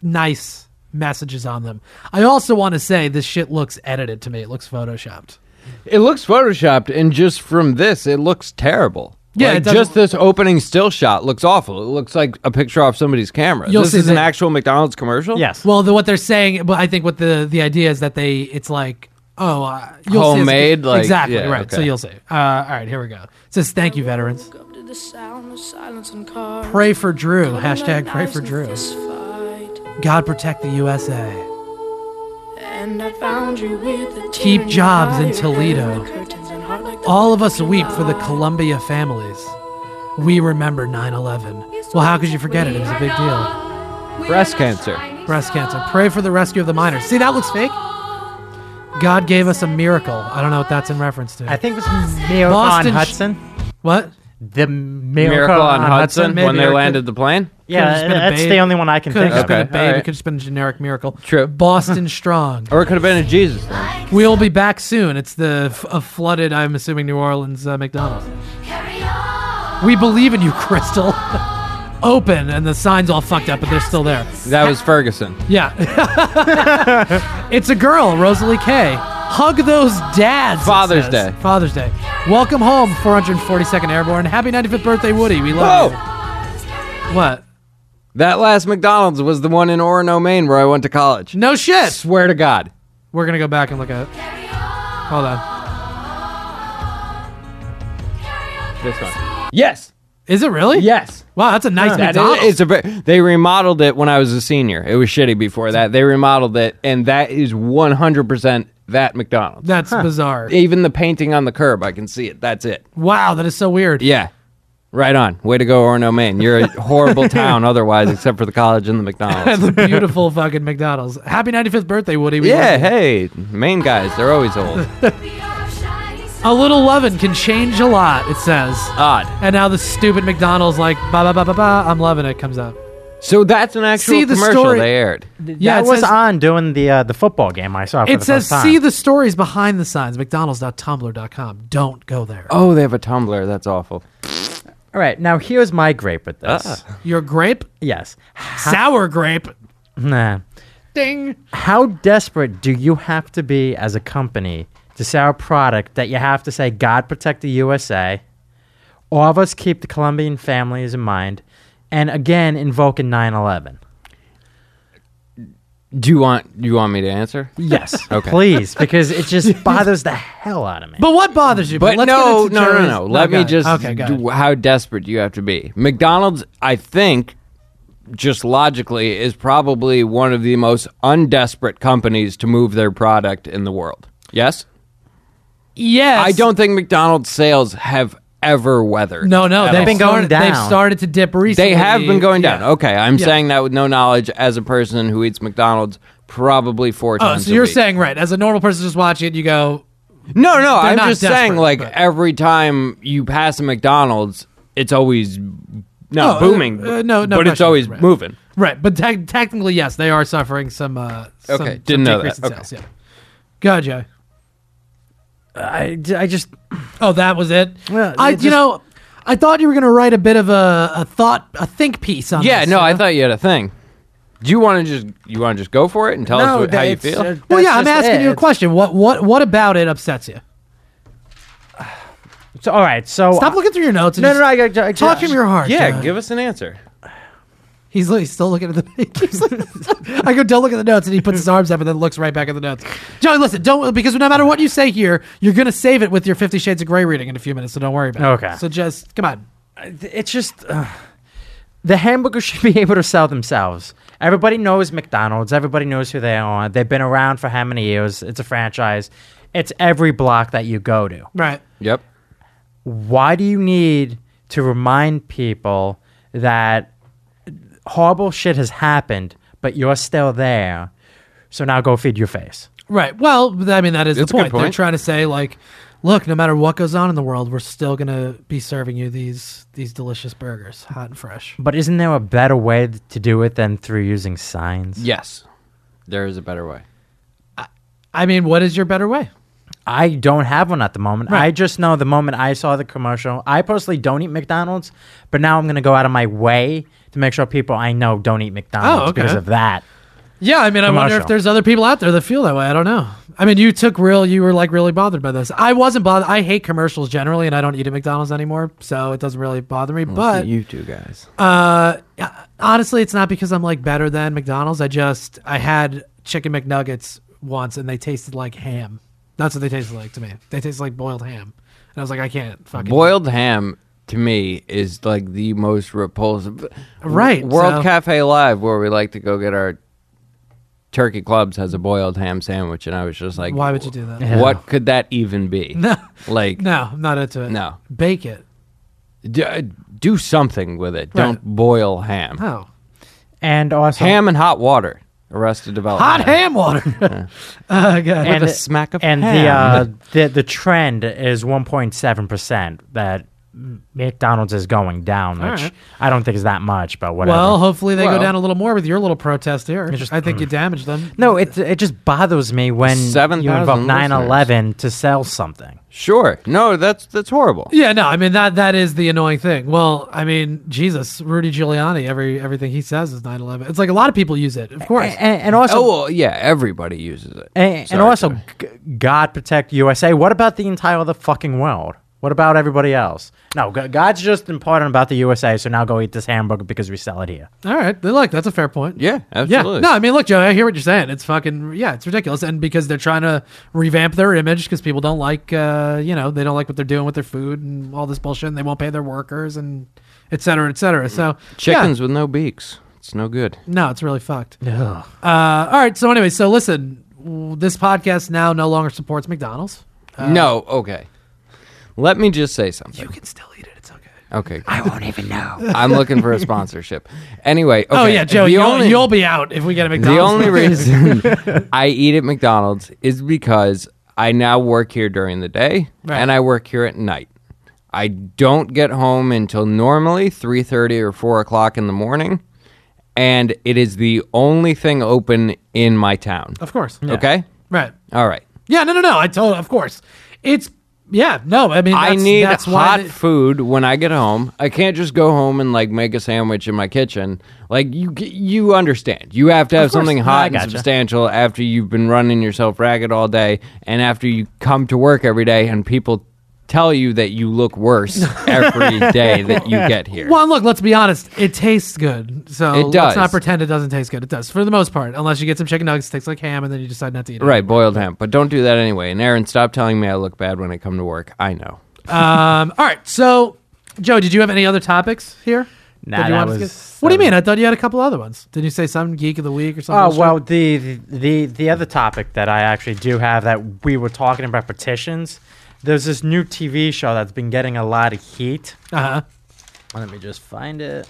nice messages on them. I also want to say this shit looks edited to me. It looks photoshopped.
It looks photoshopped, and just from this, it looks terrible.
Yeah,
Like,
it doesn't-
just this opening still shot looks awful. It looks like a picture off somebody's camera.
You'll
this
see
is an
that-
actual McDonald's commercial.
Yes.
Well, the, what they're saying, but I think what the the idea is that they it's like oh uh, you'll see
Homemade,
it's-
like,
exactly
yeah,
right. So
okay.
you'll see. Uh, all right, here we go. It says thank you veterans.
Woke up to the sound of silence and cars.
Pray for Drew.
Cutting
Hashtag
up
pray
knives
for
and
Drew.
fist fight.
God protect the USA.
And I found you with a
Keep
tear in
jobs
your
in
eye,
Toledo.
and the curtains and heart like the
All of us weep for the
night.
Columbia families. We remember 9 11. Well, how could you forget it? It was a big deal.
Breast cancer.
Breast cancer. Pray for the rescue of the miners. See, that looks fake. God gave us a miracle. I don't know what that's in reference to.
I think it was Miracle
Boston
on
sh-
Hudson.
what?
The Miracle,
Miracle on Hudson,
maybe,
when they
or could-
landed the plane.
Could've just
Yeah,
been a
that's
babe.
the only one I can
Could have
think
just
of.
been a
Okay,
babe.
alright.
It could have just been a generic miracle.
True.
*laughs*
Boston Strong.
Or it could have been a Jesus thing.
We'll be back soon. It's the f- a flooded, I'm assuming, New Orleans uh, McDonald's. We believe in you, *laughs* Crystal. Open, and the sign's all fucked up, but they're still there.
That was Ferguson.
Yeah. *laughs* it's a girl, Rosalie K. Hug those dads. it
Father's
says.
Day.
Father's Day. Welcome home, 442nd Airborne. Happy 95th birthday, Woody. We love you. What?
That last McDonald's was the one in Orono, Maine, where I went to college.
No shit.
Swear to God.
We're going to go back and look at it. Hold on.
This one. Yes.
Is it really?
Yes.
Wow, that's a nice
That is-
McDonald's.
it's a ve- they remodeled it when I was a senior. It was shitty before that. They remodeled it, and that is 100% that McDonald's.
that's bizarre.
Even the painting on the curb, I can see it. That's it.
wow, that is so weird.
Yeah. Right on. Way to go, Orono, Maine. You're a
*laughs*
horrible town otherwise, except for the college and the McDonald's.
the beautiful fucking McDonald's. Happy 95th birthday, Woody. We
yeah,
love you.
hey, Maine guys, they're
*laughs*
always old.
A little lovin' can change a lot, it says.
Odd.
And now the stupid McDonald's like ba ba ba ba ba. I'm loving it. Comes out.
So that's an actual
See the
commercial
story-
they aired.
Yeah,
that
it
was
says-
on doing the uh, the football game I saw. For
It
the
says
first time.
see the stories behind the signs. McDonald's.tumblr.com. Don't go there.
Oh, they have a tumbler. That's awful.
All right, now here's my grape with this.
Uh-huh.
Your grape,
Yes.
sour grape.
Nah.
Ding.
How desperate do you have to be as a company to sell a product that you have to say, God protect the USA? All of us keep the Colombian families in mind, and again invoking 9 11.
Do you want do you want me to answer?
Yes.
*laughs* Okay.
Please, because it
*laughs*
just bothers the hell out of me.
But what bothers you?
But
let's
no,
get into
no, no,
Joey's-
no, Let
got
me
it.
just
Okay, got it.
do how desperate you have to be. McDonald's, I think, just logically, is probably one of the most undesperate companies to move their product in the world. Yes?
Yes.
I don't think McDonald's sales have ever weathered.
No, no.
at
They've
all.
been going
started, They've
down.
started to dip recently.
They have been going down.
Yeah.
Okay, I'm
Yeah.
saying that with no knowledge as a person who eats McDonald's probably four
Oh,
times.
so
a
you're
week.
saying right? As a normal person just watching it, you go,
No, no, I'm
not
just saying
desperate,
like
but-
every time you pass a McDonald's, it's always not
Oh, uh,
booming.
uh,
but-
no, no
but it's
question.
always
Right.
moving.
Right, but tec- technically, yes, they are suffering some. Uh, some-
Okay,
some
didn't know
decrease
that.
in
Okay.
sales, yeah. Go, Joe.
I, I just
Oh, that was it.
Yeah,
I,
it
you
just-
know, I thought you were going to write a bit of a, a thought, a think piece on.
Yeah,
this,
no,
you
I
know?
thought you had a thing. Do you want to just you want to just go for it and tell us wh- how you
it's-
feel?
uh,
Well,
that's
yeah, I'm
just
asking
it.
you a question. What, what, what about it upsets you?
It's- all right, so
Stop looking through your notes. And
No, no,
just
no, I, got- I,
talk from your heart.
yeah,
John.
give us an answer.
He's, li- he's still looking at the. *laughs* he keeps looking- I go, don't look at the notes, and he puts his arms up and then looks right back at the notes. John, listen, don't because no matter what you say here, you're gonna save it with your Fifty Shades of Grey reading in a few minutes, so don't worry about it.
Okay.
So just come on.
It's just uh, the hamburgers *laughs* should be able to sell themselves. Everybody knows McDonald's. Everybody knows who they are. They've been around for how many years? It's a franchise. It's every block that you go to.
Right.
Yep.
Why do you need to remind people that horrible shit has happened, but you're still there? So now go feed your face.
Right. Well, th- I mean that is
It's
the
a good
point. They're
point.
trying to say like, look, no matter what goes on in the world, we're still gonna be serving you these these delicious burgers, hot and fresh.
But isn't there a better way to do it than through using signs?
Yes. There is a better way.
I mean, what is your better way?
I don't have one at the moment.
Right.
I just know the moment I saw the commercial. I personally don't eat McDonald's, but now I'm going to go out of my way to make sure people I know don't eat McDonald's
Oh, okay.
because of that.
Yeah, I mean, I wonder if
Commercial.
there's other people out there that feel that way. I don't know. I mean, you took real, you were like really bothered by this. I wasn't bothered. I hate commercials generally, and I don't eat at McDonald's anymore, so it doesn't really bother me. But
Oh, you two guys.
Uh, honestly, it's not because I'm like better than McDonald's. I just I had chicken McNuggets once, and they tasted like ham. That's what they tasted like to me. They tasted like boiled ham, and I was like, I can't fucking
Boiled ham to me is like the most repulsive.
Right,
World
so-
Cafe Live, where we like to go get our turkey clubs, has a boiled ham sandwich, and I was just like,
Why would you do that?
What could that even be?
*laughs* No.
Like,
No, I'm not into it.
No.
bake it.
d- uh, do something with it.
Right.
Don't boil ham.
Oh,
And also,
Ham and hot water. Arrested Development.
hot ham
*laughs*
water. *laughs* uh, God.
and
a smack of
and the uh,
ham.
the the trend is 1.7 percent that McDonald's is going down, which
right.
I don't think is that much, but whatever.
well, hopefully they
Well- Mm.
go down a little more with your little protest here. I think you damaged them.
no, it it just bothers me when you
7,000
involve
listeners.
9/11 to sell something.
Sure. No, that's that's horrible.
Yeah, no, I mean that that is the annoying thing. Well, I mean, Jesus, Rudy Giuliani, every everything he says is 9/11. It's like a lot of people use it, of course.
And, and also,
oh well, yeah. Everybody uses it.
And, and
Sorry,
also,
sorry.
g- God protect USA. What about the entire other fucking world? What about everybody else? No, g- God's just important about the USA, so now go eat this hamburger because we sell it here.
All right, then, look, that's a fair point.
Yeah,
Yeah,
absolutely.
no, I mean, look, Joey, I hear what you're saying. It's fucking yeah, it's ridiculous, and because they're trying to revamp their image because people don't like, uh, you know, they don't like what they're doing with their food and all this bullshit, and they won't pay their workers and et cetera, et cetera. So yeah.
Chickens with no beaks. It's no good.
No, it's really fucked. Uh, all right. So anyway, so listen, w- this podcast now no longer supports McDonald's.
no. Okay. Let me just say something.
Uh, You can still eat it. It's okay.
Okay. I won't even know. *laughs* I'm looking for a sponsorship. Anyway. Okay.
Oh yeah, Joe,
the
you'll,
only-
you'll be out if we get a
The
McDonald's. *laughs*
only reason I eat at McDonald's is because I now work here during the day
Right.
and I work here at night. I don't get home until normally three thirty or four o'clock in the morning, and it is the only thing open in my town.
of course.
Okay,
Right.
all right.
Yeah. No. No. No. I told. Of course. It's. Yeah. No. I mean, that's,
I need
that's
hot
why. they-
food when I get home. I can't just go home and like make a sandwich in my kitchen. Like you, you understand. You have to have
course.
something
No, I
hot
gotcha.
and substantial after you've been running yourself ragged all day, and after you come to work every day, and people tell you that you
*laughs*
look worse every day that you get here.
well, and look. Let's be honest. It tastes good. So
It
let's
does.
not pretend it doesn't taste good. It does for the most part, unless you get some chicken nuggets, tastes like ham, and then you decide not to eat it.
Right, boiled ham. But don't do that anyway. And Aaron, stop telling me I look bad when I come to work. I know.
Um. All right. So, Joe, did you have any other topics here?
Nah,
That you
that
wanted to
was-
get- What do you
that was-
mean? I thought you had a couple other ones. Did you say some geek of the week or
Oh
something?
well, the, the the other topic that I actually do have that we were talking about petitions. There's this new TV show that's been getting a lot of heat.
Uh huh.
Oh, Let me just find it.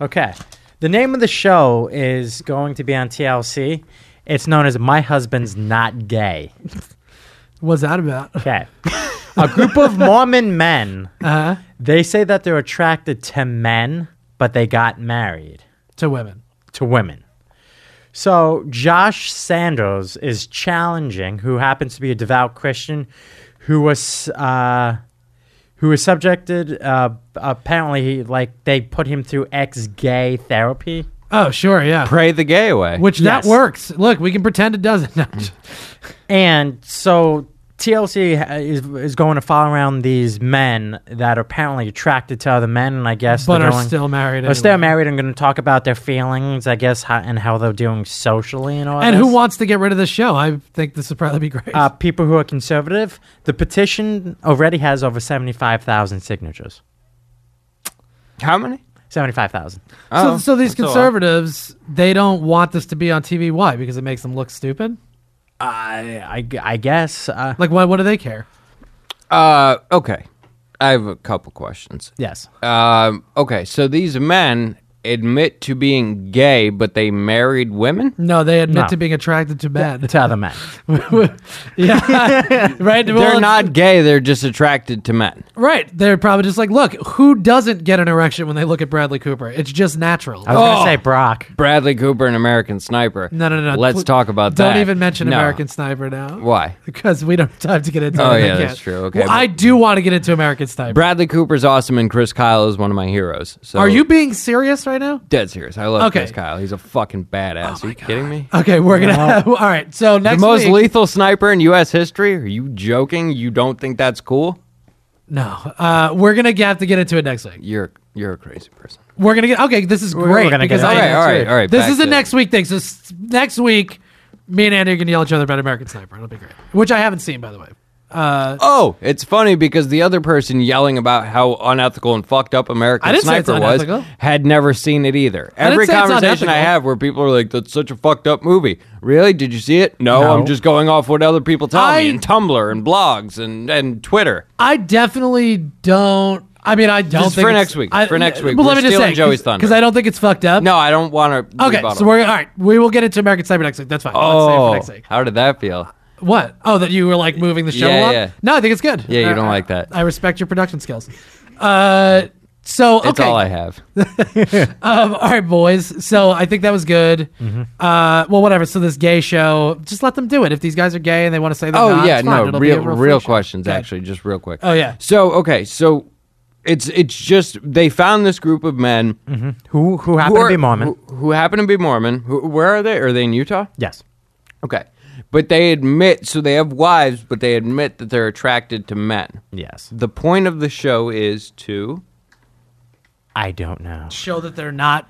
Okay. The name of the show is going to be on TLC. It's known as My Husband's Not Gay.
What's that
*laughs*
about? Uh
Okay. A group of Mormon men,
huh.
they say that they're attracted to men, but they got married
To women.
to women. So Josh Sanders is challenging, who happens to be a devout Christian, who was uh, who was subjected. Uh, apparently, he, like they put him through ex-gay therapy.
Oh, sure, yeah.
Pray the gay away.
Which
Yes.
that works. Look, we can pretend it doesn't. *laughs* No.
And so TLC ha- is, is going to follow around these men that are apparently attracted to other men, and I guess
But
they're
are
going-
still married
Are still
anyway.
married and going to talk about their feelings, I guess, how, and how they're doing socially and all.
and who
this.
wants to get rid of the show? I think this would probably be great.
Uh, people who are conservative. The petition already has over seventy-five thousand signatures.
How many?
Seventy-five thousand.
Oh,
so, so these
that's a lot.
conservatives, they don't want this to be on TV. Why? Because it makes them look stupid.
I, I, I guess. Uh,
Like, why? What do they care?
Uh, okay. I have a couple questions.
yes.
Um, okay, so these men admit to being gay, but they married women.
No, they admit
No.
to being attracted to men.
To other men.
*laughs* yeah, right. Well,
They're
it's-
not gay; they're just attracted to men.
right. They're probably just like, look, who doesn't get an erection when they look at Bradley Cooper? It's just natural. Oh,
I was going to say Brock.
Bradley Cooper and American Sniper.
No, no, no. no.
Let's
Pl-
talk about
don't
that.
Don't even mention
No.
American Sniper now.
Why?
Because we don't have time to get into.
Oh,
it. I
yeah, that's
can't.
true. Okay,
Well,
but-
I do want to get into American Sniper.
Bradley Cooper's awesome, and Chris Kyle is one of my heroes. So
Are you being serious right now?
dead serious? I love
Okay.
Chris Kyle. He's a fucking badass. Are you kidding me?
Okay, we're gonna. Have, *laughs* all right. So
The
next
most
week-
lethal sniper in U.S. history? Are you joking? You don't think that's cool?
No, uh, we're gonna g- have to get into it next week.
You're you're a crazy person.
We're gonna get okay. This is
We're- we're
great
gonna get
because
into
I,
right,
it. All
all right, all right,
This
back
is the
to-
next week thing. So s- next week, me and Andy are gonna yell at each other about American Sniper. It'll be great. Which I haven't seen, by the way.
Oh, it's funny because the other person yelling about how unethical and fucked up American
I didn't say it's
Sniper was
unethical.
had never seen it either.
didn't
Every
say it's
conversation I
unethical.
have where people are like, "That's such a fucked up movie." Really? Did you see it? No,
No.
I'm just going off what other people tell
I-
me and Tumblr and blogs and and Twitter.
I definitely don't. I mean, I don't
Just
think
for
it's-
next week,
I,
for next week.
But
We're
let me just
stealing
say
Joey's thunder.
because I don't think it's fucked up.
No, I don't want to.
Okay, so we're all right. We will get into American Sniper next week. That's fine. Let's save it for
Oh,
next week.
how did that feel?
What? Oh, that you were like moving the show
Yeah,
along?
yeah.
No, I think it's good.
Yeah, you
I-
don't
I-
like that.
I respect your production skills. Uh, so okay,
It's all I
*laughs*
have.
Um, all right, boys. So I think that was good.
Mm-hmm.
Uh, well, whatever. So this gay show, just let them do it. If these guys are gay and they want to say, they're
Oh
not,
yeah,
it's fine.
no,
It'll be a
real real,
free show.
questions
Good.
actually, just real quick.
Oh, yeah.
So okay, so it's it's just they found this group of men
Mm-hmm.
Who who
who
happen to
are-
be Mormon?
Who, who happen to be Mormon? Who, where are they? Are they in Utah?
yes.
Okay, but they admit so they have wives, but they admit that they're attracted to men.
Yes.
The point of the show is to
I don't know.
Show that they're not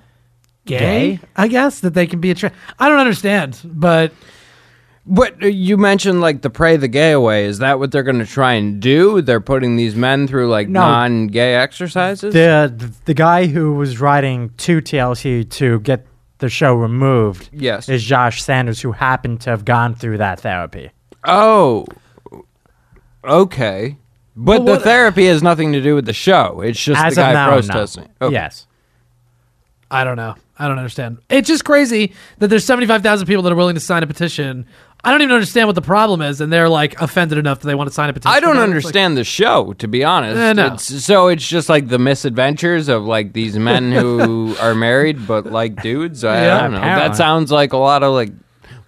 gay.
Gay?
I guess that they can be a. Tra- I don't understand, but
But uh, you mentioned like the pray the gay away. Is that what they're going to try and do? They're putting these men through like
No.
non-gay exercises.
The the guy who was writing to TLC to get the show removed
Yes.
is Josh Sanders, who happened to have gone through that therapy.
Oh, okay. But
Well,
the
what-
therapy has nothing to do with the show. It's just
As
the
of
guy
now, no.
protesting. Okay.
Yes.
I don't know. I don't understand. It's just crazy that there's 75,000 people that are willing to sign a petition. I don't even understand what the problem is, and they're like offended enough that they want to sign a petition.
I don't
about it. It's like-
understand the show, to be honest.
Eh, no.
It's- so it's just like the misadventures of like these men who
*laughs*
are married but like dudes. I,
Yeah.
don't know.
Apparently.
That sounds like a lot of like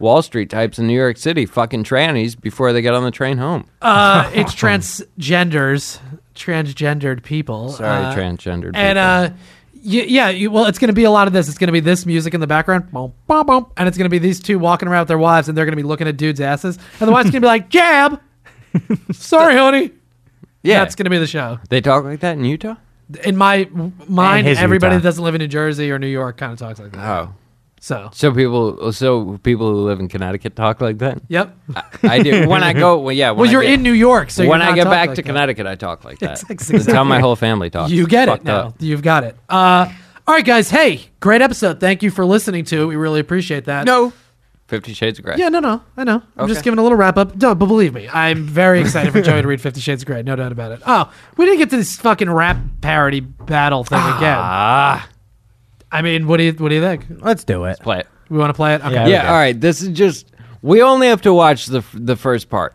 Wall Street types in New York City, fucking trannies before they get on the train home.
uh,
*laughs*
it's transgenders, transgendered people.
Sorry,
uh,
transgendered.
And
people.
uh, y- yeah, you, well, it's going to be a lot of this. It's going to be this music in the background, boom, boom, boom, and it's going to be these two walking around with their wives, and they're going to be looking at dudes' asses, and the wife's going to be like,
*laughs*
"Jab, sorry, honey."
yeah,
That's going to be the show.
they talk like that in Utah.
In my w- mind,
his
everybody
Utah.
that doesn't live in New Jersey or New York kind of talks like that.
Oh,
So,
so people, so people who live in Connecticut talk like that.
yep.
I do when I go.
*laughs*
Well, yeah. When
well,
I
you're
get-
in New York, so
when
you're
I
not
get
talking
back
like
to
that.
Connecticut, I
*laughs*
talk like that.
Exactly.
That's how my whole family talks.
You get it
Fucked
now.
up.
You've got it. Uh, all right, guys. Hey, great episode. Thank you for listening to. it. We really appreciate that.
No. Fifty Shades of Grey.
Yeah, no, no. I know. I'm just
Okay.
giving a little wrap up. No, but believe me, I'm very excited for Joey to read Fifty Shades of Grey. No doubt about it. Oh, we didn't get to this fucking rap parody battle thing again.
Ah,
I mean, what do you what do you think?
Let's do it.
play it.
We want to play it? Okay.
Yeah.
Yeah. All right. This is just. We only have to watch the f- the first part.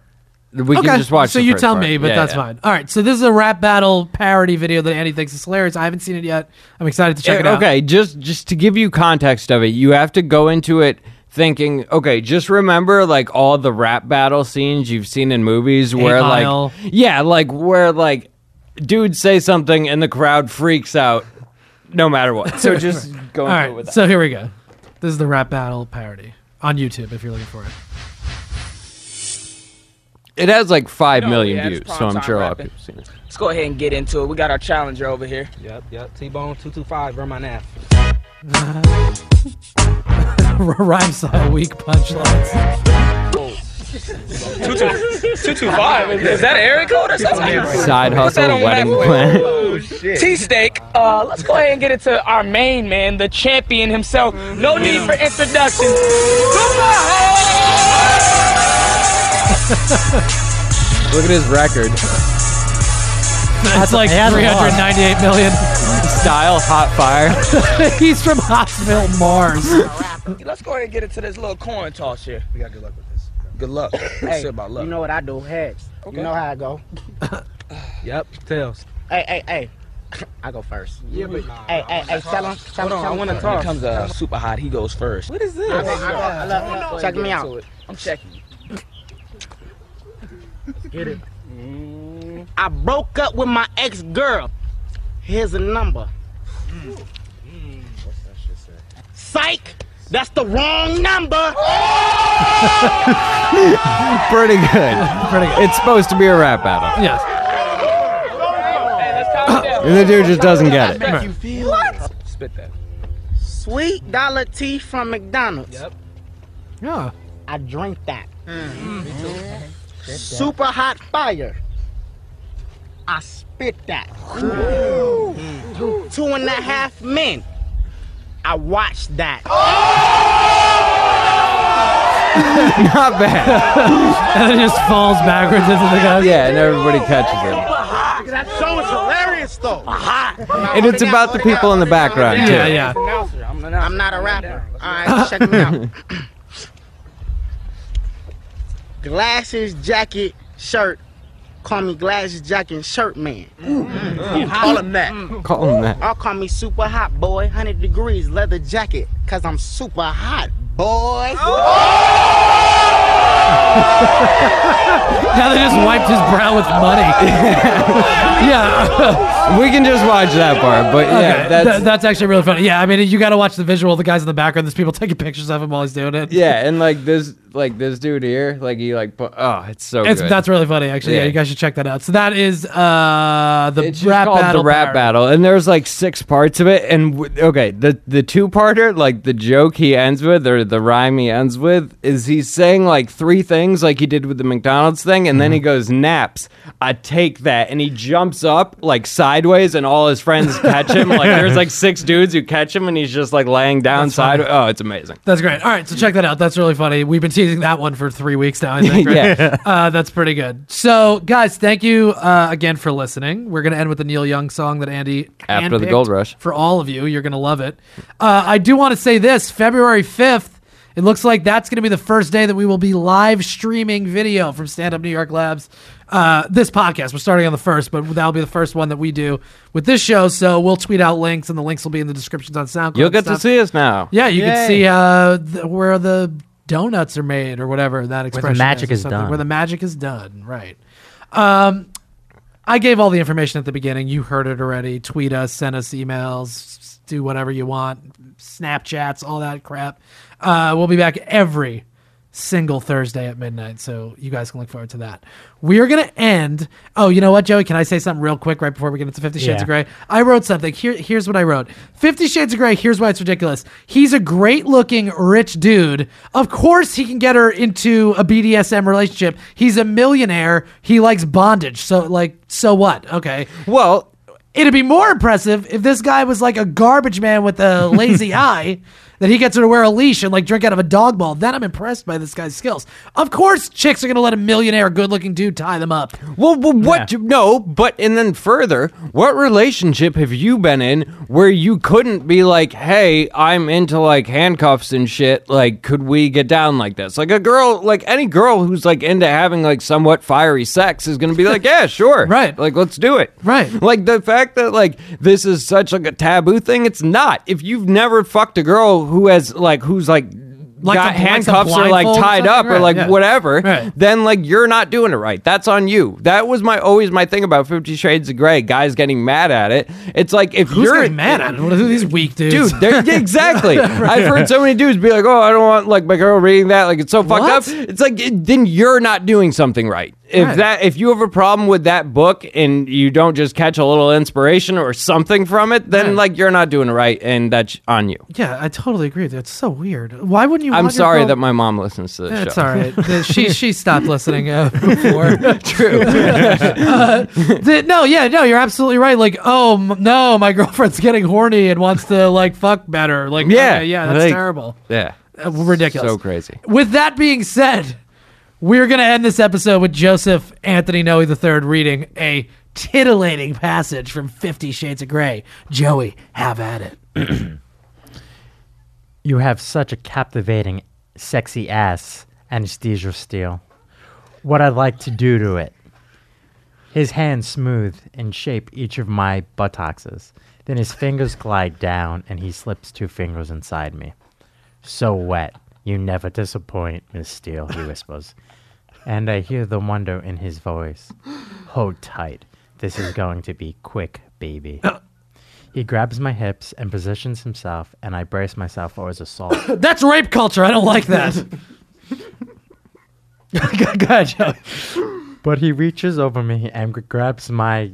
We
Okay.
can just watch.
so
the
you
first
tell
part.
me, but
Yeah,
that's
yeah.
fine. All right. So this is a rap battle parody video that Andy thinks is hilarious. I haven't seen
Eh,
it yet. I'm excited to check it,
Yeah,
out.
Okay. Just just to give you context of it, you have to go into it thinking, okay, just remember like all the rap battle scenes you've seen in movies where
Mile.
like yeah, like where like dudes say something and the crowd freaks out no matter what.
*laughs*
So just go
All
into it
right,
with that.
so here we go. This is the rap battle parody on YouTube if you're looking for it. *laughs*
It has like five
No,
million
yeah, it's
views, so
prime
I'm
time
sure a lot of
rapping.
people have seen it.
Let's go ahead and get into it. We got our challenger over here.
Yep, yep. T Bone 225, run my nav.
Rhyme style, weak punchlines.
225? Is, that an area code or something?
Side hustle,
on
wedding
Mac.
plan.
T Steak, uh, let's go ahead and get into our main man, the champion himself. No need for introduction.
*laughs* Look at his record.
It's like
he has a lot.
398 million. *laughs*
Style, hot fire. *laughs*
He's from Hospital Mars.
Let's go ahead and get into this little coin toss here.
We got good luck with this.
Good luck.
Hey,
Shit about luck.
You know what I do? Heads.
Okay.
You know how I go.
Yep.
Tails. Hey, hey, hey. *laughs* I go first. Yeah, but hey, hey, hey, tell him, tell him,
Hold on, I
tell him.
want to talk. When it comes uh, super hot, he goes first. What is this?
I go, I go, I love- check me out.
I'm checking you.
Get it. Mm. I broke up with my ex girl. Here's a number. Psych! That's the wrong number!
*laughs*
Pretty good.
Pretty good.
It's supposed to be a rap battle.
Yes.
Hey, let's calm down.
And the dude just doesn't get it.
Spit that.
Sweet dollar tea from McDonald's.
Yeah.
I drink that.
Mm-hmm.
Super hot fire. I spit that. Two and a half men. I watched that.
Not bad. *laughs*
And then it just falls backwards into the guy's.
Yeah, and everybody catches it.
That show is hilarious though.
And it's about the people in the background,
Yeah,
too.
yeah.
I'm not a rapper.
*laughs*
Alright, check me out. Glasses, jacket, shirt. Call me glasses, jacket, and shirt man. Mm. Call him that.
Call him that.
I'll call me super hot boy, 100 degrees, leather jacket, cause I'm super hot boy.
Now they just wiped his brow with money.
*laughs*
yeah.
We can just watch that part, but yeah,
Okay,
that's
tha- that's actually really funny. Yeah, I mean, you got to watch the visual. The guys in the background, there's people taking pictures of him while he's doing it.
yeah, and like this, like this dude here, like he like, pu- oh, it's so
It's,
good.
that's really funny, actually. Yeah.
Yeah.
you guys should check that out. So that is uh the
it's just
rap
called
battle.
the rap
parody.
battle, and there's like six parts of it. And w- okay, the the two parter, like the joke he ends with, or the rhyme he ends with, is he's saying like three things, like he did with the McDonald's thing, and then
Mm-hmm.
he goes naps. I take that, and he jumps up like sideways, and all
*laughs*
his friends catch him. Like there's like six dudes who catch him, and he's just like laying down sideways. Oh, it's amazing.
That's great. All right, so check that out. That's really funny. We've been teasing that one for three weeks now. I
*laughs*
think. right?
Yeah.
uh, that's pretty good. So, guys, thank you uh, again for listening. We're gonna end with the Neil Young song that Andy
After the
handpicked
Gold Rush.
for all of you. You're gonna love it. Uh, I do want to say this: February 5th. It looks like that's going to be the first day that we will be live streaming video from Stand Up New York Labs. Uh, this podcast, we're starting on the first, but that'll be the first one that we do with this show. So we'll tweet out links, and the links will be in the descriptions on SoundCloud.
You'll
and
get to
stuff.
see us now.
Yeah, you can
Yay.
see uh, th- where the donuts are made or whatever that expression
magic
or
is
something.
done.
Where the magic is done, right. Um, I gave all the information at the beginning. You heard it already. Tweet us, send us emails, s- do whatever you want, Snapchats, all that crap. Uh, we'll be back every single Thursday at midnight, so you guys can look forward to that. We are going to end. Oh, you know what, Joey? Can I say something real quick right before we get into Fifty Shades
Yeah.
of Grey? I wrote something. Here, here's what I wrote. Fifty Shades of Grey. Here's why it's ridiculous. He's a great-looking rich dude. Of course, he can get her into a BDSM relationship. He's a millionaire. He likes bondage. So, like, so what? Okay.
Well,
It'd be more impressive if this guy was like a garbage man with
*laughs*
a lazy eye that he gets her to wear a leash and like drink out of a dog ball. Then I'm impressed by this guy's skills. Of course, chicks are gonna let a millionaire, good-looking dude tie them up.
Well, well what? do- No, but and then further, what relationship have you been in where you couldn't be like, "Hey, I'm into like handcuffs and shit. Like, could we get down like this?" Like a girl, like any girl who's like into having like somewhat fiery sex is gonna be like, "Yeah, sure,
*laughs* Right.
Like, let's do it,
Right.
Like the fact that like this is such like a taboo thing, it's not. If you've never fucked a girl who has like who's like
Like
got
the- like the
handcuffs or like
blindfold or
tied up
something?
or
Right,
like
yeah.
whatever,
Right.
then like you're not doing it right. That's on you. That was my always my thing about Fifty Shades of Grey. Guys getting mad at it. It's like if
Who's
you're
getting mad at it? What are these weak dudes? *laughs*
Dude, they're- yeah, exactly. I've heard so many dudes be like, "Oh, I don't want like my girl reading that. Like it's so fucked up."
What?
It's like it- then you're not doing something right. If
Right.
that if you have a problem with that book and you don't just catch a little inspiration or something from it, then
Yeah.
like you're not doing it right, and that's on you.
yeah, I totally agree. That's so weird. Why wouldn't you?
I'm
want your
sorry
girl- *laughs*
that my mom listens to this
It's
show. *laughs*
all right. The- she she stopped listening uh, before. True. no, yeah, no, you're absolutely right. Like, oh m- no, my *laughs* girlfriend's getting horny and wants to like fuck better. Like,
Yeah,
okay, *laughs* yeah, that's
like-
terrible.
Yeah.
Uh, ridiculous.
So crazy.
With that being said, we're going to end this episode with Joseph Anthony Noe III reading a titillating passage from Fifty Shades of Grey. Joey, have at it.
You have such a captivating, sexy ass, Anesthesia Steele. What I'd like to do to it. His hands smooth and shape each of my buttocks. Then his fingers glide down and he slips two fingers inside me. So wet. You never disappoint, Miss Steele, he whispers. and I hear the wonder in his voice. Hold tight. This is going to be quick, baby. He grabs my hips and positions himself, and I brace myself for his assault.
That's rape culture. I don't like that.
*laughs*
Go- Go ahead, Joey.
But he reaches over me and g- grabs my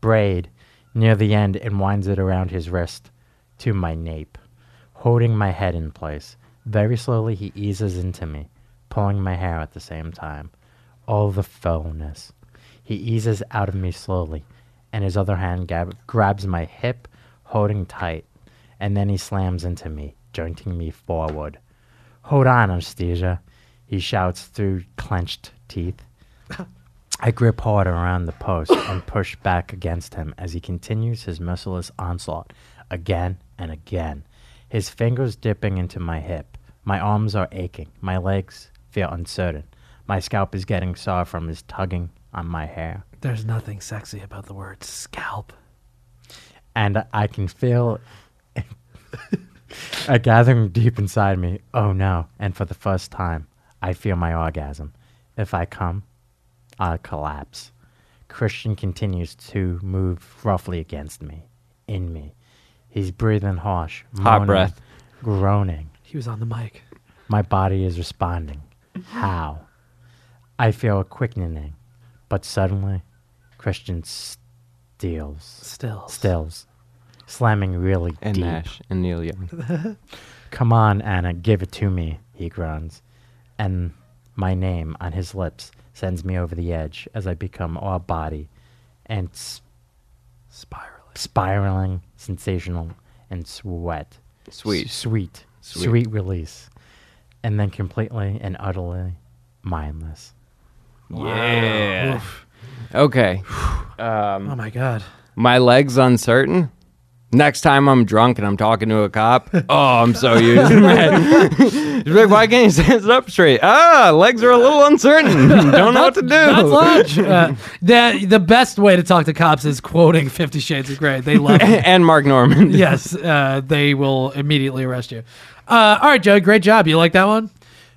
braid near the end and winds it around his wrist to my nape, holding my head in place. Very slowly, he eases into me, pulling my hair at the same time. All the foulness. He eases out of me slowly, and his other hand gab- grabs my hip, holding tight, and then he slams into me, jointing me forward. Hold on, Anesthesia, he shouts through clenched teeth. I grip hard around the post and push back against him as he continues his merciless onslaught again and again, his fingers dipping into my hip. My arms are aching, my legs feel uncertain. My scalp is getting sore from his tugging on my hair,
There's nothing sexy about the word scalp.
and I can feel a gathering deep inside me. Oh no, and for the first time, I feel my orgasm. If I come, I'll collapse. Christian continues to move roughly against me, in me. He's breathing harsh,
Hot
moaning,
breath.
groaning.
He was on the mic.
My body is responding. How? I feel a quickening, but suddenly, Christian steals,
Still.
stills, slamming really
And
deep.
Nash and Neil Young.
Come on, Anna, give it to me, he groans. And my name on his lips sends me over the edge as I become all body and s-
Spiraling.
spiraling, sensational, and sweat.
Sweet.
S- sweet.
Sweet.
Sweet. release. And then completely and utterly mindless.
Yeah. Okay.
Oh my god.
My legs uncertain. Next time I'm drunk and I'm talking to
*laughs*
a cop, oh, I'm so used. to that. He's like, why can't you stand up straight? Ah, legs are a little
*laughs*
uncertain. Don't know what to do.
That's lunch. Uh, the the best way to talk to cops is quoting Fifty Shades of Grey. They love it.
*laughs* and Mark Norman.
yes, uh, they will immediately arrest you. Uh, all right, Joe. Great job. You like that one?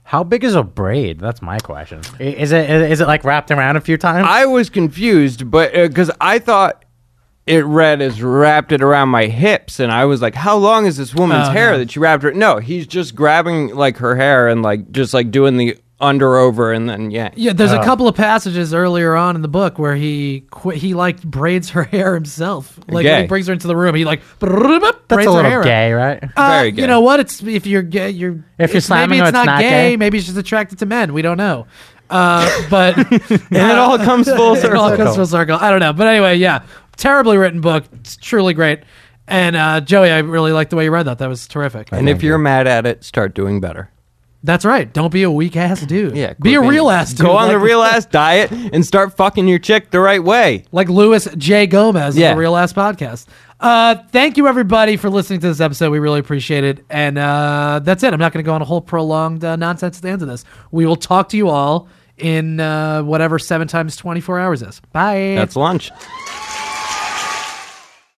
How big is a braid? That's my question. I- Is it is it like wrapped around a few times?
I was confused, but because I thought it read as wrapped it around my hips, and I was like, "How long is this woman's
Oh,
hair
no.
that she wrapped her?" No, he's just grabbing like her hair and like just like doing the under over, and then yeah,
Yeah. There's a couple of passages earlier on in the book where he qu- he like braids her hair himself. Like when
Gay.
he brings her into the room, he like braids
That's a
her
little
hair.
gay, right?
Uh,
Very gay.
You know what? It's if you're gay, you're
If you're
it's- maybe
slamming her,
it's
it's
not,
not
gay.
gay.
Maybe she's attracted to men. We don't know. Uh, *laughs* but
*laughs* and it
*laughs*
all comes full
It all
circle.
comes full circle. I don't know. But anyway, yeah. Terribly written book. It's truly great. And uh, Joey, I really like the way you read that. That was terrific.
And if you're mad at it, start doing better.
That's right. Don't be a weak ass dude.
Yeah,
Be a
quit
real
being-
ass dude.
Go on
like, *laughs*
the real ass diet and start fucking your chick the right way.
Like Louis J. Gomez on
Yeah.
the Real Ass Podcast. Uh, thank you, everybody, for listening to this episode. We really appreciate it. And uh, that's it. I'm not going to go on a whole prolonged uh, nonsense at the end of this. We will talk to you all in uh, whatever 7 times 24 hours is. Bye.
That's lunch.